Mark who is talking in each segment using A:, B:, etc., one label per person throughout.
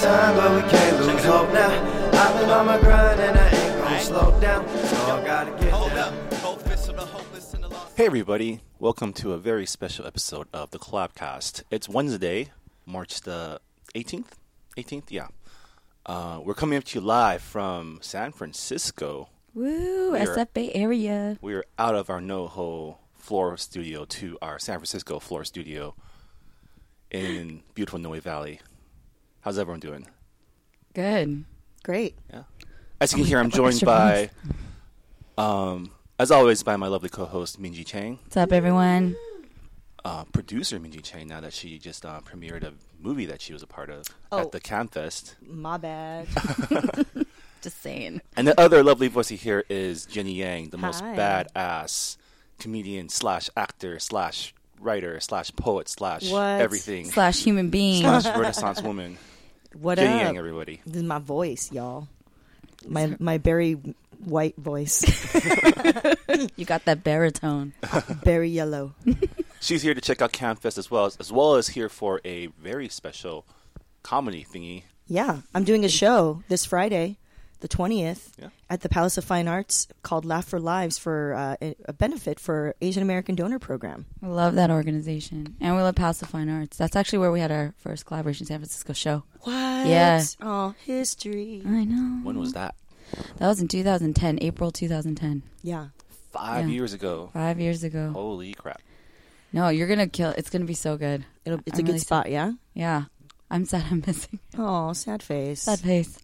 A: time, but we can't lose hope now. I've been on my grind and I ain't gonna slow down. So I gotta get
B: Hold
A: down.
B: up, both fists of the hopeless and the lost.
C: Hey, everybody. Welcome to a very special episode of the Clubcast. It's Wednesday, March the 18th. 18th, yeah. Uh, we're coming up to you live from San Francisco.
D: Woo,
C: Here.
D: SF Bay Area.
C: We're out of our NoHo floor studio to our San Francisco floor studio in beautiful Noe Valley. How's everyone doing?
D: Good.
E: Great.
C: Yeah. As you can hear, I'm
D: Oh Extra
C: joined by,
D: bonus.
C: um, as always, by my lovely co-host Minji Chang.
D: What's up, everyone?
C: uh, producer Minji Chang now that she just uh, premiered a movie that she was a part of
E: Oh.
C: at the Camfest.
E: My bad.
D: Just saying.
C: And the other lovely voice you hear is Jenny Yang, the most
E: Hi.
C: badass comedian slash actor slash writer slash poet slash
E: What?
C: everything
D: Slash human being.
C: slash Renaissance woman.
E: What
C: Jenny
E: up?
C: Yang, everybody.
E: This is my voice, y'all. My my very white voice,
D: You got that baritone.
E: very yellow.
C: She's here to check out Camfest as well as, as well as here for a very special comedy thingy.
E: Yeah, I'm doing a show this Friday, the 20th,
C: Yeah.
E: at the Palace of Fine Arts called Laugh for Lives for uh, a- a benefit for Asian American Donor Program.
D: We love that organization. And we love House of Fine Arts. That's actually where we had our first collaboration San Francisco show.
E: What?
D: Yeah.
E: Oh, history.
D: I know.
C: When
E: Mm-hmm.
C: was that?
D: That was in 2010, April 2010.
E: Yeah.
C: Five
D: Yeah.
C: years ago.
D: Five years ago.
C: Holy crap.
D: No, you're going to kill. It's going to be so good.
E: It'll, it's
D: I'm
E: a
D: really
E: good spot, yeah?
D: Yeah. I'm sad I'm missing.
E: Oh, sad face.
D: Sad face.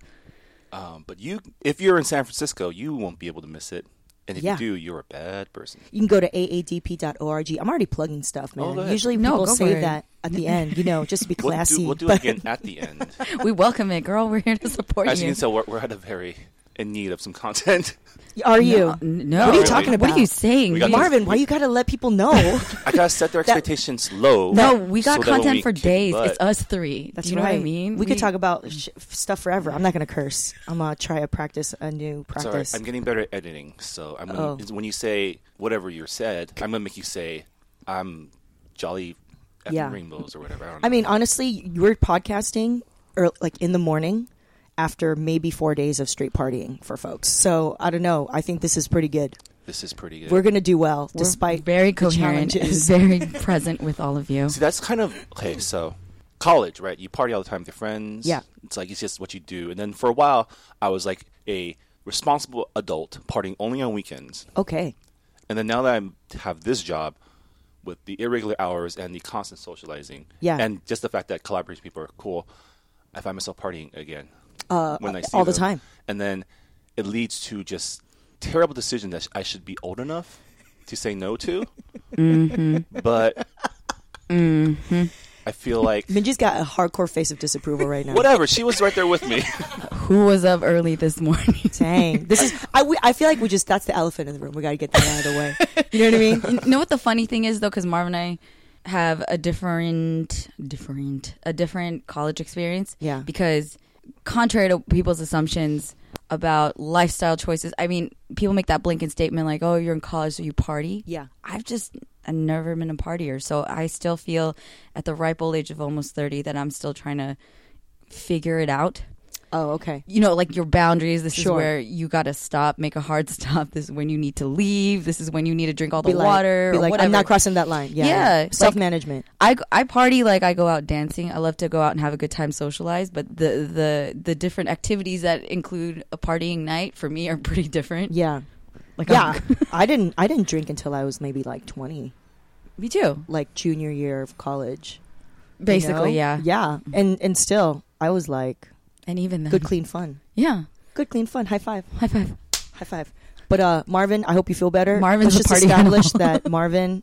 C: Um, but you, if you're in San Francisco, you won't be able to miss it. And if
E: Yeah.
C: you do, you're a bad person.
E: You can go to aadp.org. I'm already plugging stuff,
C: Oh,
E: man.
C: go ahead.
E: Usually
D: No,
E: people
D: go for
E: save
D: it.
E: that at the end, you know, just to be
C: We'll
E: classy.
C: do, we'll do
E: but-
C: it again at the end.
D: We welcome it, girl. We're here to support
C: As you
D: you.
C: can tell, we're, we're at a very in need of some content.
E: Are you?
D: No, no.
E: What are you
C: Really?
E: talking about?
D: What are you saying?
C: We got
D: You-
C: this-
E: Marvin, why you gotta let people know?
C: I gotta set their expectations low.
D: No, we got
C: so that when
D: content
C: we
D: for
C: kick
D: days.
C: butt-
D: It's us three.
E: That's
D: Do you know
E: right.
D: what I mean?
E: We, could talk about sh- stuff forever. I'm not gonna curse. I'm gonna try to practice a new
C: It's all right.
E: practice.
C: I'm getting better at editing, so I'm gonna,
E: Oh.
C: it's when you say whatever you said, I'm gonna make you say, "I'm jolly." effing
E: Yeah.
C: rainbows or whatever. I, don't
E: I
C: know.
E: mean, honestly, you were podcasting or like in the morning after maybe four days of street partying for folks. So I don't know. I think this is pretty good.
C: this is pretty good.
E: We're gonna do well
D: We're
E: despite
D: very
E: the
D: coherent, and
E: challenges.
D: very present with all of you.
C: See, that's kind of okay. So, college, right? You party all the time with your friends.
E: Yeah.
C: it's like it's just what you do. And then for a while, I was like a responsible adult, partying only on weekends.
E: okay.
C: And then now that I have this job, with the irregular hours and the constant socializing,
E: Yeah.
C: and just the fact that collaboration people are cool, I find myself partying again
E: Uh,
C: when I see
E: all the
C: them.
E: time.
C: And then it leads to just terrible decision that sh- I should be old enough to say no to,
E: Mm-hmm.
C: but I feel like
E: Minji's got a hardcore face of disapproval right now.
C: whatever. She was right there with me.
D: Who was up early this morning?
E: Dang, this is. I, we, I feel like we just that's the elephant in the room. We got to get that out of the way. You know what I mean?
D: you know what the funny thing is though, because Marv and I have a different, different, a different college experience.
E: Yeah.
D: Because contrary to people's assumptions about lifestyle choices, I mean, people make that blinking statement like, "Oh, you're in college, so you party."
E: Yeah.
D: I've just I've never been a partier, so I still feel at the ripe old age of almost thirty that I'm still trying to figure it out.
E: Oh, okay.
D: you know, like your boundaries. This
E: Sure.
D: is where you got to stop, make a hard stop. This is when you need to leave. This is when you need to drink all the
E: Be like,
D: water
E: be
D: or
E: like,
D: whatever.
E: I'm not crossing that line. Yeah,
D: Yeah, like-
E: self management.
D: I, I party like I go out dancing. I love to go out and have a good time, socialize. But the the the different activities that include a partying night for me are pretty different.
E: yeah,
D: Like
E: yeah.
D: I'm-
E: I didn't. I didn't drink until I was maybe like 20,
D: me too.
E: like junior year of college. you know?
D: Basically, yeah,
E: yeah. And and still, I was like
D: And even then,
E: good, clean fun.
D: yeah.
E: Good, clean fun. High five.
D: High five.
E: High five. But uh, Marvin, I hope you feel better.
D: Marvin's
E: Let's
D: a
E: just
D: party
E: establish
D: animal.
E: that Marvin.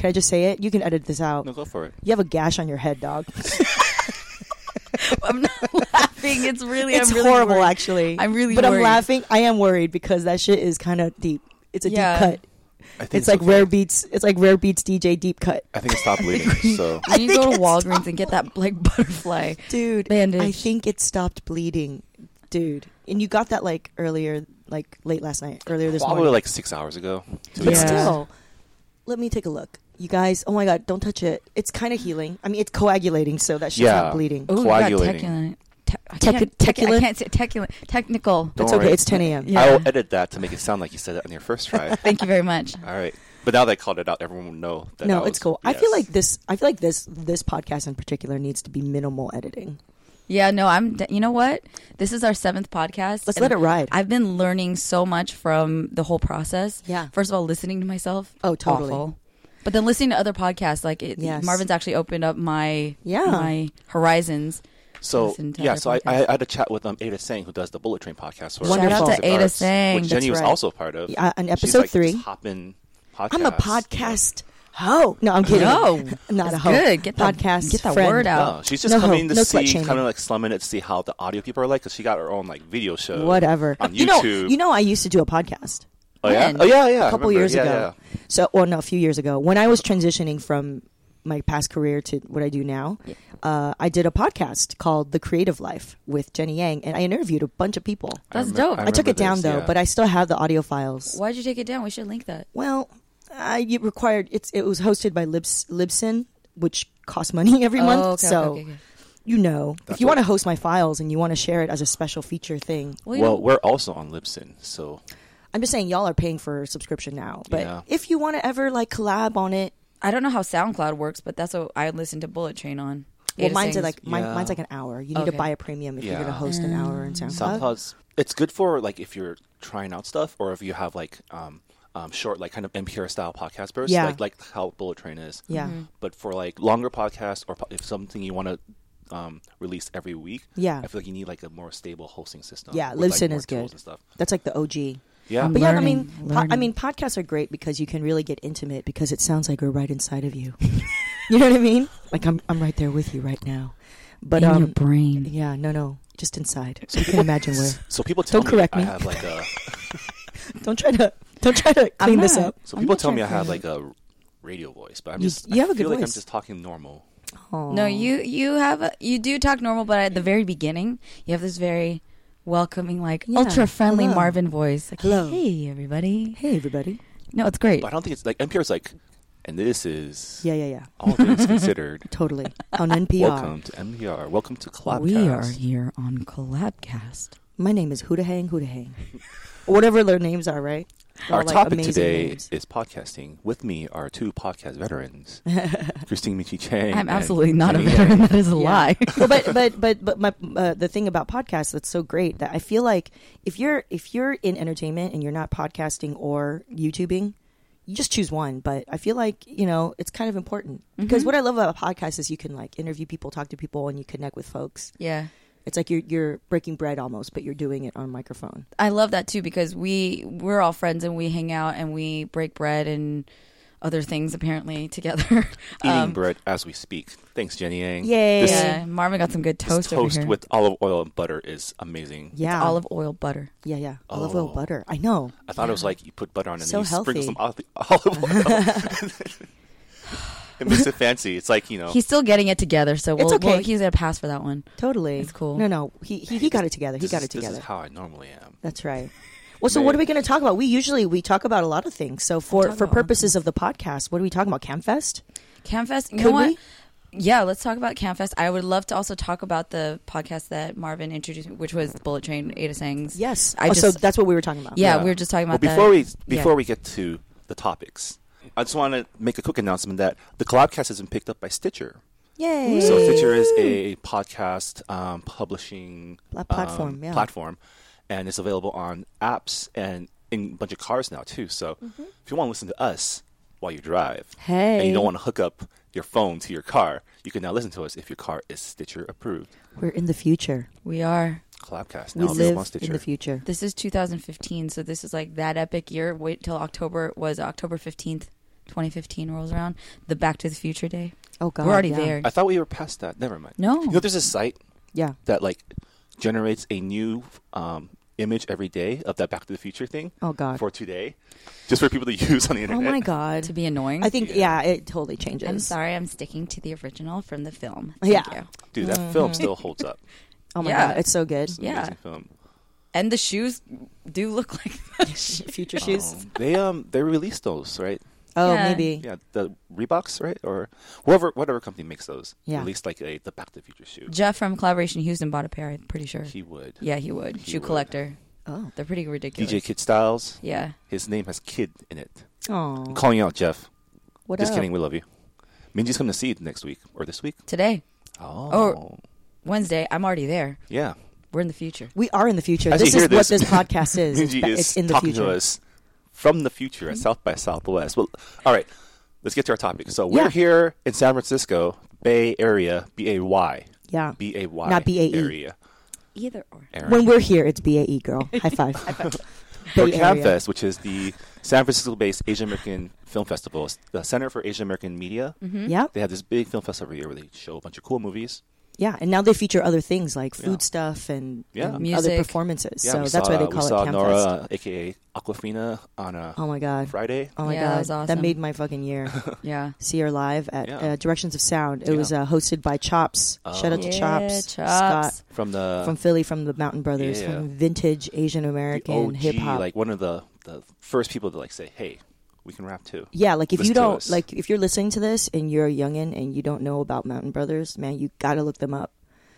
E: Can I just say it? You can edit this out.
C: no, go for it.
E: You have a gash on your head, dog.
D: I'm not laughing. It's really
E: it's
D: I'm really
E: horrible,
D: worried.
E: actually.
D: I'm really
E: but I'm
D: worried.
E: laughing. I am worried because that shit is kind of deep. It's a
D: Yeah.
E: deep cut.
C: I think
E: It's like
C: okay.
E: rare beats. It's like rare beats DJ deep cut,
C: I think it stopped bleeding. So
D: You need to go
E: think
D: to
E: it's
D: Walgreens and get that like butterfly.
E: dude.
D: Bandage.
E: I think it stopped bleeding, dude. And you got that like earlier, like late last night, earlier this
C: probably
E: morning.
C: like six hours ago. to be
E: but
D: Yeah.
C: honest.
E: still, let me take a look. You guys, oh my god, don't touch it. It's kind of healing. I mean, it's coagulating, so that shit's
C: Yeah.
E: not bleeding.
D: Ooh, you got
C: Coagulating.
D: teculin- te- I can't- tec- I
E: Teculent?
D: can't say teculent. Technical.
C: Don't
E: It's okay.
C: worry.
E: It's 10 a.m.
D: Yeah.
C: I will edit that to make it sound like you said it on your first try.
D: Thank you very much.
C: All right. But now that I called it out, everyone will know that.
E: No,
C: that
E: it's
C: was-
E: cool. I feel
C: yes.
E: like this. I feel like this. This podcast in particular needs to be minimal editing.
D: Yeah, no, I'm. d- You know what? This is our seventh podcast.
E: Let's
D: and
E: let it ride.
D: I've been learning so much from the whole process.
E: Yeah.
D: First of all, listening to myself.
E: Oh, totally.
D: awful. But then listening to other podcasts, like it,
E: Yes.
D: Marvin's actually opened up my
E: Yeah.
D: my horizons.
C: So
D: listen to
C: yeah,
D: other
C: so I, I
D: podcasts.
C: had a chat with um, Ada Singh, who does the Bullet Train podcast. for
E: Shout out
C: Arts
E: to
C: and
D: Ada
C: Arts,
D: Singh.
C: which
E: That's
C: Jenny was
E: right.
C: also part of.
E: Yeah, on
C: She's
E: episode
C: like
E: three.
C: This hopping podcast.
E: I'm a podcast ho. No, I'm kidding.
D: No.
E: not a
D: That's
E: hoe.
D: good. Get that-
E: podcast.
D: get that
E: friend.
D: word out.
C: No, Oh, she's just
E: No,
C: coming to
E: no slut
C: see,
E: shaming.
C: kind of like slumming it to see how the audio people are like, because she got her own like video show.
E: Whatever.
C: uh, on YouTube.
E: You know. You know. I used to do a podcast.
C: oh yeah,
D: when?
C: oh yeah, yeah. I
E: a couple
C: remember.
E: years
C: Yeah,
E: ago.
C: yeah.
E: So, well, no, a few years ago, when I was transitioning from my past career to what I do now, uh, I did a podcast called The Creative Life with Jenny Yang, and I interviewed a bunch of people.
D: That's
C: remem-
D: dope.
C: I
E: I, took
C: remember
E: it down
C: this,
E: though,
C: yeah.
E: but I still have the audio files.
D: Why'd you take it down? We should link that.
E: Well, I it required it's it was hosted by Libs, Libsyn, which costs money every month.
D: Oh, okay,
E: so
D: okay, okay, okay.
E: you know,
C: That's
E: if you
C: what-
E: want to host my files and you want to share it as a special feature thing,
D: Well, you
C: Well,
D: know-
C: we're also on Libsyn, so
E: I'm just saying y'all are paying for a subscription now. But
C: Yeah.
E: if you want to ever like collab on it,
D: I don't know how SoundCloud works, but that's what I listen to Bullet Train on.
E: Well,
D: Ada
E: mine's
D: Sings.
E: like mine,
C: Yeah.
E: mine's like an hour. You need to
D: Okay. Mm.
E: buy a premium if you're going to
C: Yeah.
E: host an hour in SoundCloud.
C: SoundCloud's it's good for like if you're trying out stuff or if you have like um, um short like kind of NPR style podcast bursts,
E: Yeah.
C: like like how Bullet Train is.
E: Yeah.
D: Mm-hmm.
E: Mhm.
C: But for like longer podcasts or po- if something you want to um, release every week,
E: Yeah.
C: I feel like you need like a more stable hosting system.
E: Yeah,
C: with, like,
E: Libsyn
C: more
E: is good. Um,
C: tools And stuff.
E: That's like the OG.
C: Yeah.
E: But yeah, I
D: Learning,
E: mean, po- I
D: learning.
E: mean, podcasts are great because you can really get intimate because it sounds like we're right inside of you. you know what I mean? Like I'm, I'm right there with you right now. But
D: in
E: um,
D: your brain.
E: yeah, no, no, just inside. So you can imagine where.
C: So people tell
E: Don't
C: me
E: correct
C: I
E: me.
C: have like a
E: Don't try to, don't try to clean this
D: not.
E: up.
C: so
D: I'm
C: people
D: not
C: tell me I
D: trying to
C: have like
D: correct.
C: a radio voice, but I'm
E: You-
C: just
E: you
C: I
E: have a good
C: feel like I'm
E: voice.
C: just talking normal.
D: No, you you have a, you do talk normal, but at the very beginning, you have this very welcoming, like
E: Yeah.
D: ultra friendly
E: Hello.
D: Marvin voice. Like,
E: Hello.
D: hey everybody.
E: Hey, everybody.
D: No, it's great.
C: But I don't think it's like NPR's like and this is
E: Yeah, yeah, yeah.
C: all things considered.
E: Totally on NPR.
C: Welcome to NPR. Welcome to Clobcast.
D: we are here on Collabcast.
E: My name is Huda Hang Huda Hang. Whatever their names are, right? They're
C: Our
E: all, like,
C: topic
E: amazing
C: today
E: names.
C: is podcasting. With me are two podcast veterans, Christine Michi Chang.
D: I'm
C: and
D: absolutely not a
C: Jenny Yang.
D: veteran. That is a
E: Yeah.
D: lie.
E: well, but but but but my uh, the thing about podcasts that's so great that I feel like if you're if you're in entertainment and you're not podcasting or YouTubing, you just choose one. But I feel like you know it's kind of important
D: Mm-hmm.
E: because what I love about podcasts is you can like interview people, talk to people, and you connect with folks.
D: yeah.
E: It's like you're you're breaking bread almost, but you're doing it on microphone.
D: I love that too because we we're all friends and we hang out and we break bread and other things apparently together.
C: Eating
D: Um,
C: bread as we speak. Thanks, Jenny Yang.
E: Yay.
C: This,
E: Yeah.
D: yeah, Marvin got some good
C: this
D: toast, over
C: toast
D: here.
C: with olive oil and butter is amazing.
E: Yeah,
D: olive oil butter.
E: yeah, yeah, olive oil
C: Oh.
E: butter. I know.
C: I thought it was like you put butter on it and
E: So
C: you sprinkle
E: healthy.
C: some oli- olive oil. it makes it fancy. It's like, you know,
D: He's still getting it together, so
E: It's
D: we'll,
E: okay.
D: we'll- he's gonna pass for that one.
E: Totally,
D: It's cool.
E: No, no, he he, he got it together. He
C: this
E: got
C: is-
E: it together.
C: This is how I normally am.
E: That's right. Well, so what are we going to talk about? We usually we talk about a lot of things. So for
D: talk about a lot
E: for
D: of
E: purposes of the podcast, what are we talking about? Campfest?
D: Camfest, you
E: Could
D: know what?
E: we?
D: Yeah, let's talk about Camfest. I would love to also talk about the podcast that Marvin introduced, me, which was Bullet Train Ada Sings.
E: Yes.
D: I
E: oh,
D: just
E: so that's what we were talking about.
D: yeah, we were just talking about
C: well,
D: that.
C: before we
D: Yeah.
C: before we get to the topics. I just want to make a quick announcement that the Collabcast has been picked up by Stitcher.
E: Yay.
C: So Stitcher is a podcast um, publishing
E: Pla- platform,
C: um,
E: yeah.
C: platform, and it's available on apps and in a bunch of cars now too. So if you want to listen to us while you drive, and
E: Mm-hmm. Hey.
C: you don't want to hook up your phone to your car, you can now listen to us if your car is Stitcher approved.
E: We're in the future.
D: we are.
C: Collabcast
E: We
C: now available on
E: live in
C: Stitcher.
E: the future.
D: This is 2015, so this is like that epic year. Wait till October was October 15th, 2015 rolls around. The Back to the Future Day.
E: Oh God,
D: we're already
E: yeah.
D: there.
C: I thought we were past that. Never mind.
D: No.
C: you know there's a site
E: Yeah.
C: that like generates a new um, image every day of that Back to the Future thing.
E: Oh, God.
C: For today, just for people to use on the
E: Oh
C: internet.
E: my God.
D: to be annoying.
E: I think yeah, it totally changes.
D: I'm sorry. I'm sticking to the original from the film. Thank
E: Yeah.
D: you.
C: Dude, that film still holds up.
E: Oh my
D: Yeah.
E: God, it's so good.
C: It's an
D: Yeah.
C: amazing film.
D: And the shoes do look like
E: Future shoes.
C: Um, they um they released those right
E: Oh,
D: Oh. Yeah.
E: maybe.
C: Yeah, the Reeboks, right? Or whoever, whatever company makes those.
E: Yeah.
C: At least like a the Back to the Future shoe.
D: Jeff from Collaboration Houston bought a pair. I'm pretty sure.
C: He would.
D: yeah, he would.
C: He
D: Shoe
C: would.
D: collector.
E: Oh.
D: They're pretty ridiculous.
C: DJ Kid Styles.
D: Yeah.
C: His name has kid in it.
E: Oh.
C: I'm calling you out, Jeff.
E: What
C: Just
E: up?
C: kidding. We love you. Minji's coming to see you next week or this week.
D: Today,
C: Oh.
D: Or- Wednesday, I'm already there.
C: yeah.
D: We're in the future.
E: We are in the future.
C: As you
E: this is
C: hear
E: what
C: this,
E: this podcast is. It's,
C: Minji
E: ba-
C: is
E: it's in the
C: talking
E: future.
C: to us from the future at South by Southwest. Well, all right, let's get to our topic. So we're
E: Yeah.
C: here in San Francisco, Bay Area, B A Y,
E: Yeah.
C: B A Y,
E: Not E. BAE.
C: area.
D: Either or.
C: Aaron.
E: When we're here, it's BAE, girl. High five.
C: Or
E: Bay Area.
C: CAMFest, which is the San Francisco-based Asian American Film Festival, It's the Center for Asian American Media.
D: Mm-hmm.
E: Yeah.
C: They have this big film festival every year where they show a bunch of cool movies.
E: Yeah. And now they feature other things like food
C: Yeah.
E: stuff and,
C: Yeah.
E: and other
D: Music.
E: performances.
C: Yeah,
E: so
C: we
E: that's
C: saw,
E: why they
C: we
E: call
C: saw
E: it
C: Nora,
E: CamFest.
C: aka Aquafina, on a
E: Oh my God.
C: Friday.
E: Oh my
D: Yeah,
E: God.
D: that was awesome.
E: made my fucking year.
D: Yeah.
E: See her live at
C: Yeah.
E: uh, Directions of Sound. It
C: Yeah. Oh.
E: was uh, hosted by Chops. Shout out to
D: Yeah,
E: Chops.
D: Chops.
E: Scott.
C: From the
E: From Philly, from the Mountain Brothers,
C: Yeah.
E: from vintage Asian American
C: OG,
E: hip hop.
C: like one of the the first people to like say, "Hey, we can rap too."
E: Yeah, like if
C: Listen
E: you
C: to
E: don't
C: us.
E: like if you're listening to this and you're a youngin and you don't know about Mountain Brothers, man, you gotta look them up.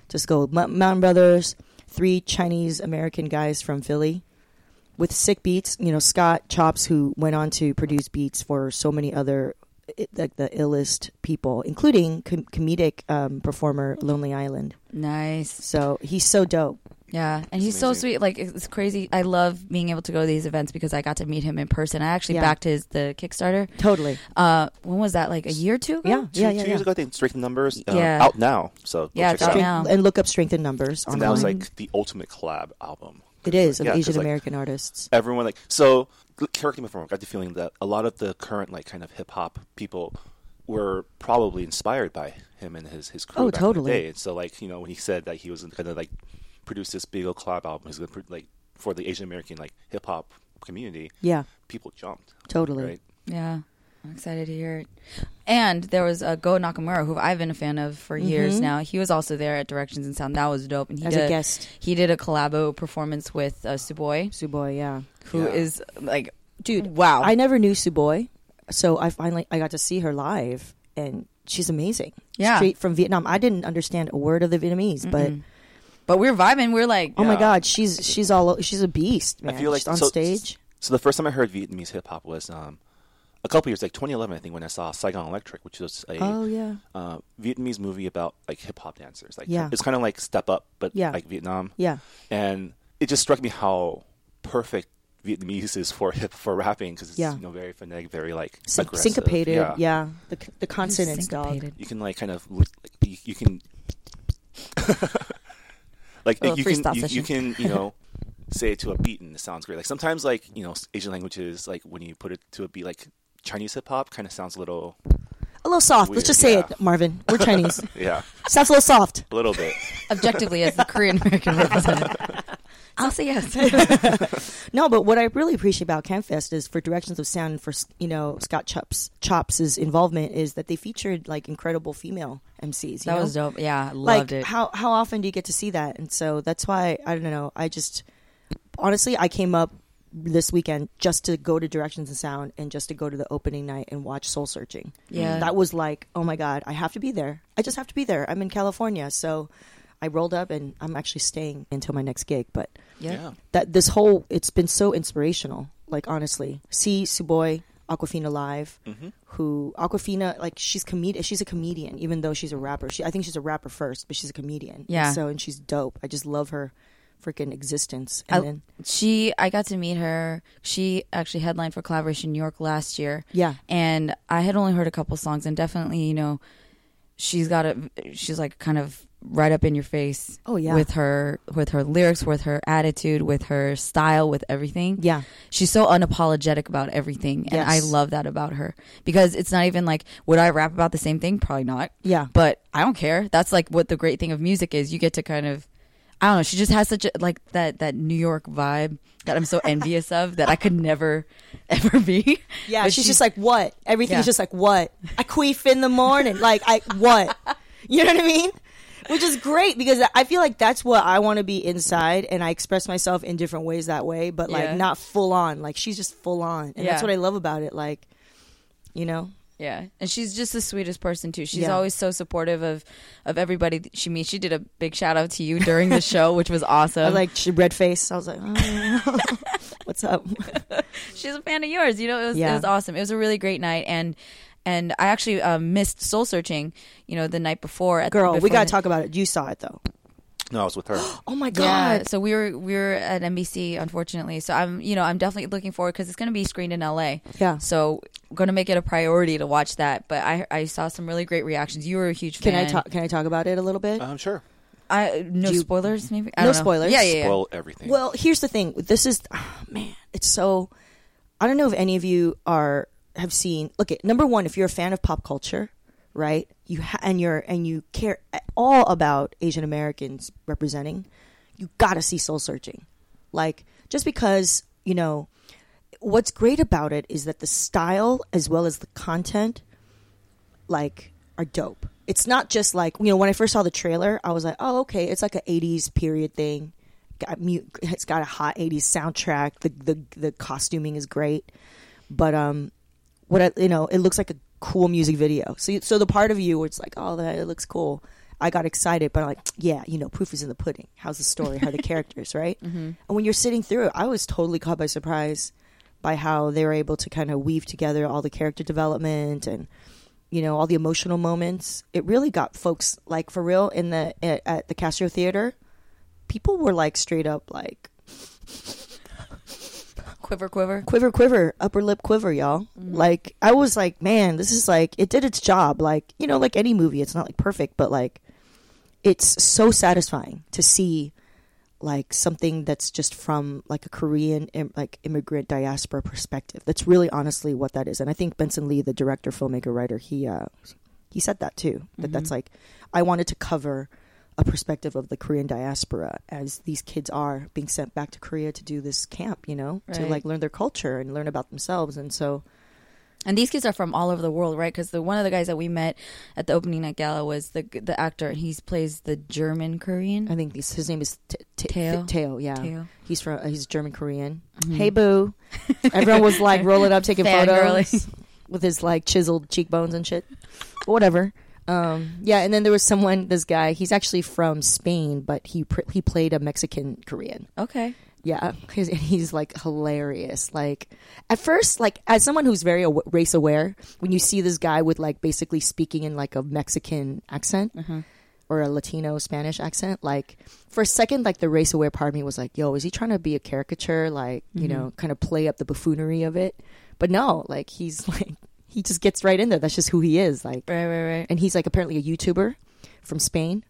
E: Just go Mo- Mountain Brothers, three Chinese American guys from Philly with sick beats. You know Scott Chops, who went on to produce beats for so many other i- like the illest people, including com- comedic um, performer Lonely Island.
D: Nice.
E: So he's so dope.
D: Yeah. And he's so
C: amazing.
D: sweet. Like it's crazy. I love being able to go to these events because I got to meet him in person. I actually
E: Yeah.
D: backed his the Kickstarter.
E: Totally.
D: Uh when was that? Like a year or two ago?
E: Yeah,
C: Two,
E: yeah,
C: two
E: yeah.
C: years
E: yeah.
C: ago, I think Strength in Numbers uh,
D: Yeah.
C: out now. So go
D: Yeah,
C: check
D: it's
C: it
D: out
C: out.
D: now.
E: Strength- and look up Strength in Numbers.
C: And that was
E: online.
C: like the ultimate collab album.
E: it is of
C: Yeah, 'cause,
E: Asian
C: like,
E: American artists.
C: Everyone like so. l- Correct me if I'm wrong. I got the feeling that a lot of the current like kind of hip hop people were probably inspired by him and his his crew.
E: Oh,
C: back in the
E: totally.
C: day. And so like you know when he said that he was going to like produce this big old collab album, he's going to like for the Asian American like hip hop community.
E: Yeah,
C: people jumped.
E: totally.
C: Right.
D: Yeah. I'm excited to hear it. And there was uh, Go Nakamura, who I've been a fan of for years now. He was also there at Directions and Sound. That was dope. And he
E: Mm-hmm. As a
D: did
E: guest.
D: He did a collabo performance with uh, Suboy,
E: Suboy, yeah.
D: who
C: Yeah.
D: is like,
E: Dude,
D: wow.
E: I never knew Suboy, so I finally I got to see her live, and she's amazing.
D: Yeah.
E: straight from Vietnam. I didn't understand a word of the Vietnamese, but
D: but we're vibing. We're like,
E: oh my
C: Yeah.
E: God, she's she's all o- she's a beast, man.
C: I feel like
E: She's on
C: so,
E: stage.
C: So the first time I heard Vietnamese hip hop was um, a couple years, like 2011, I think, when I saw Saigon Electric, which was a
E: Oh yeah,
C: uh, Vietnamese movie about like hip hop dancers. Like
E: Yeah.
C: it's kind of like Step Up, but
E: Yeah.
C: like Vietnam.
E: yeah,
C: And it just struck me how perfect Vietnamese is for hip for rapping because it's
E: Yeah.
C: you know very phonetic, very like
E: Syn-
C: aggressive.
E: syncopated. Yeah, the c- the consonants, dog.
D: Syncopated.
C: you can like kind of like, you, you can like
D: Little
C: you can
D: freestyle
C: you, you can
D: session.
C: you know say it to a beat and it sounds great like sometimes like you know asian languages like when you put it to a beat like chinese hip-hop kind of sounds a little
E: A little soft.
C: Weird,
E: Let's just say
C: yeah.
E: it, Marvin. We're Chinese.
C: yeah
E: Sounds a little soft.
C: a little bit
D: objectively, as the Korean American representative. I'll say yes.
E: No, but what I really appreciate about Campfest is for Directions of Sound and for you know Scott Chops Chops' involvement is that they featured like incredible female MCs. You
D: that
E: know?
D: was dope. Yeah,
E: like
D: loved it.
E: how how often do you get to see that? And so that's why I don't know. I just honestly I came up this weekend just to go to Directions and Sound and just to go to the opening night and watch Soul Searching.
D: Yeah.
E: that was like oh my god, I have to be there. I just have to be there. I'm in California, so I rolled up and I'm actually staying until my next gig, but
D: yeah.
C: yeah
E: that this whole it's been so inspirational. Like honestly, see Suboy Aquafina live, who Aquafina like she's comedian. She's a comedian, even though she's a rapper. She I think she's a rapper first, but she's a comedian.
D: Yeah.
E: So and she's dope. I just love her freaking existence. And
D: I,
E: then
D: she, I got to meet her. She actually headlined for Collaboration New York last year.
E: Yeah.
D: and I had only heard a couple songs, and definitely, you know, she's got a, she's like kind of right up in your face.
E: Oh, yeah.
D: with her, with her lyrics, with her attitude, with her style, with everything.
E: yeah,
D: She's so unapologetic about everything, and I
E: Yes.
D: love that about her because it's not even like would I rap about the same thing? Probably not.
E: Yeah.
D: but I don't care. That's like what the great thing of music is. You get to kind of, I don't know. She just has such a like that that New York vibe that I'm so envious of that I could never ever be.
E: yeah.
D: But
E: she's
D: she-
E: just like what everything's
D: Yeah.
E: just like what I queef in the morning. like I what you know what I mean. Which is great because I feel like that's what I want to be inside, and I express myself in different ways that way, but like
D: Yeah.
E: not full on. Like she's just full on, and
D: Yeah.
E: that's what I love about it. Like you know?
D: Yeah, and she's just the sweetest person too. She's
E: Yeah.
D: always so supportive of of everybody that she meets. She did a big shout out to you during the show, which was
E: I
D: awesome.
E: like she red face. I was like, oh, what's up?
D: she's a fan of yours. You know, it was it
E: Yeah.
D: was awesome. It was a really great night, and and I actually um, missed soul searching. You know, the night before. At
E: Girl, we
D: before
E: gotta
D: the-
E: talk about it. You saw it though.
C: No, I was with her.
E: Oh my
D: Yeah,
E: god.
D: so we were we were at NBC, unfortunately. So I'm, you know, I'm definitely looking forward because it's going to be screened in LA.
E: Yeah.
D: So going to make it a priority to watch that. But I I saw some really great reactions. You were a huge
E: Can
D: fan.
E: I talk? Can I talk about it a little bit?
C: I'm sure.
D: I no
E: Do you-
D: spoilers, maybe. I
E: No
D: don't know.
E: spoilers.
D: Yeah, yeah, yeah.
C: Spoil everything.
E: Well, here's the thing. This is ah, man, it's so I don't know if any of you are have seen look at number 1 if you're a fan of pop culture, right? You ha- and you're and you care at all about Asian Americans representing, you got to see Soul Searching. Like just because, you know, what's great about it is that the style as well as the content like are dope. It's not just like you know when I first saw the trailer, I was like, oh okay, it's like an '80s period thing. Got mu it's got a hot '80s soundtrack. The the the costuming is great, but um, what I, you know, it looks like a cool music video. So you- so the part of you where it's like, oh that it looks cool. I got excited, but I'm like, yeah, you know, proof is in the pudding. How's the story? How are the characters, right? And when you're sitting through it, I was totally caught by surprise by how they were able to kind of weave together all the character development and you know all the emotional moments it really got folks like for real in the at, at the castro theater people were like straight up like
D: Quiver, quiver.
E: quiver quiver upper lip quiver y'all like i was like man this is like it did its job like you know like any movie it's not like perfect but like it's so satisfying to see like something that's just from like a korean im- like immigrant diaspora perspective that's really honestly what that is and i think benson lee the director filmmaker writer he uh he said that too that that's like i wanted to cover a perspective of the korean diaspora as these kids are being sent back to korea to do this camp you know to
D: Right.
E: like learn their culture and learn about themselves and so
D: And these kids are from all over the world, right? Because the one of the guys that we met at the opening night gala was the the actor, and he plays the German Korean.
E: i think this, his name is T- T-
D: Teo.
E: Th- Teo, yeah
D: Teo.
E: he's from uh, he's german korean hey boo everyone was like rolling up taking
D: Fangirling.
E: photos with his like chiseled cheekbones and shit But whatever um yeah and then there was someone this guy he's actually from spain but he pr- he played a mexican korean
D: Okay.
E: Yeah, he's, and he's like hilarious. Like at first, like as someone who's very aw- race aware, when you see this guy with like basically speaking in like a Mexican accent or a Latino Spanish accent, like for a second, like the race aware part of me was like, "Yo, is he trying to be a caricature? Like you know, kind of play up the buffoonery of it?" But no, like he's like he just gets right in there. That's just who he is. Like
D: Right, right, right.
E: and he's like apparently a YouTuber from Spain.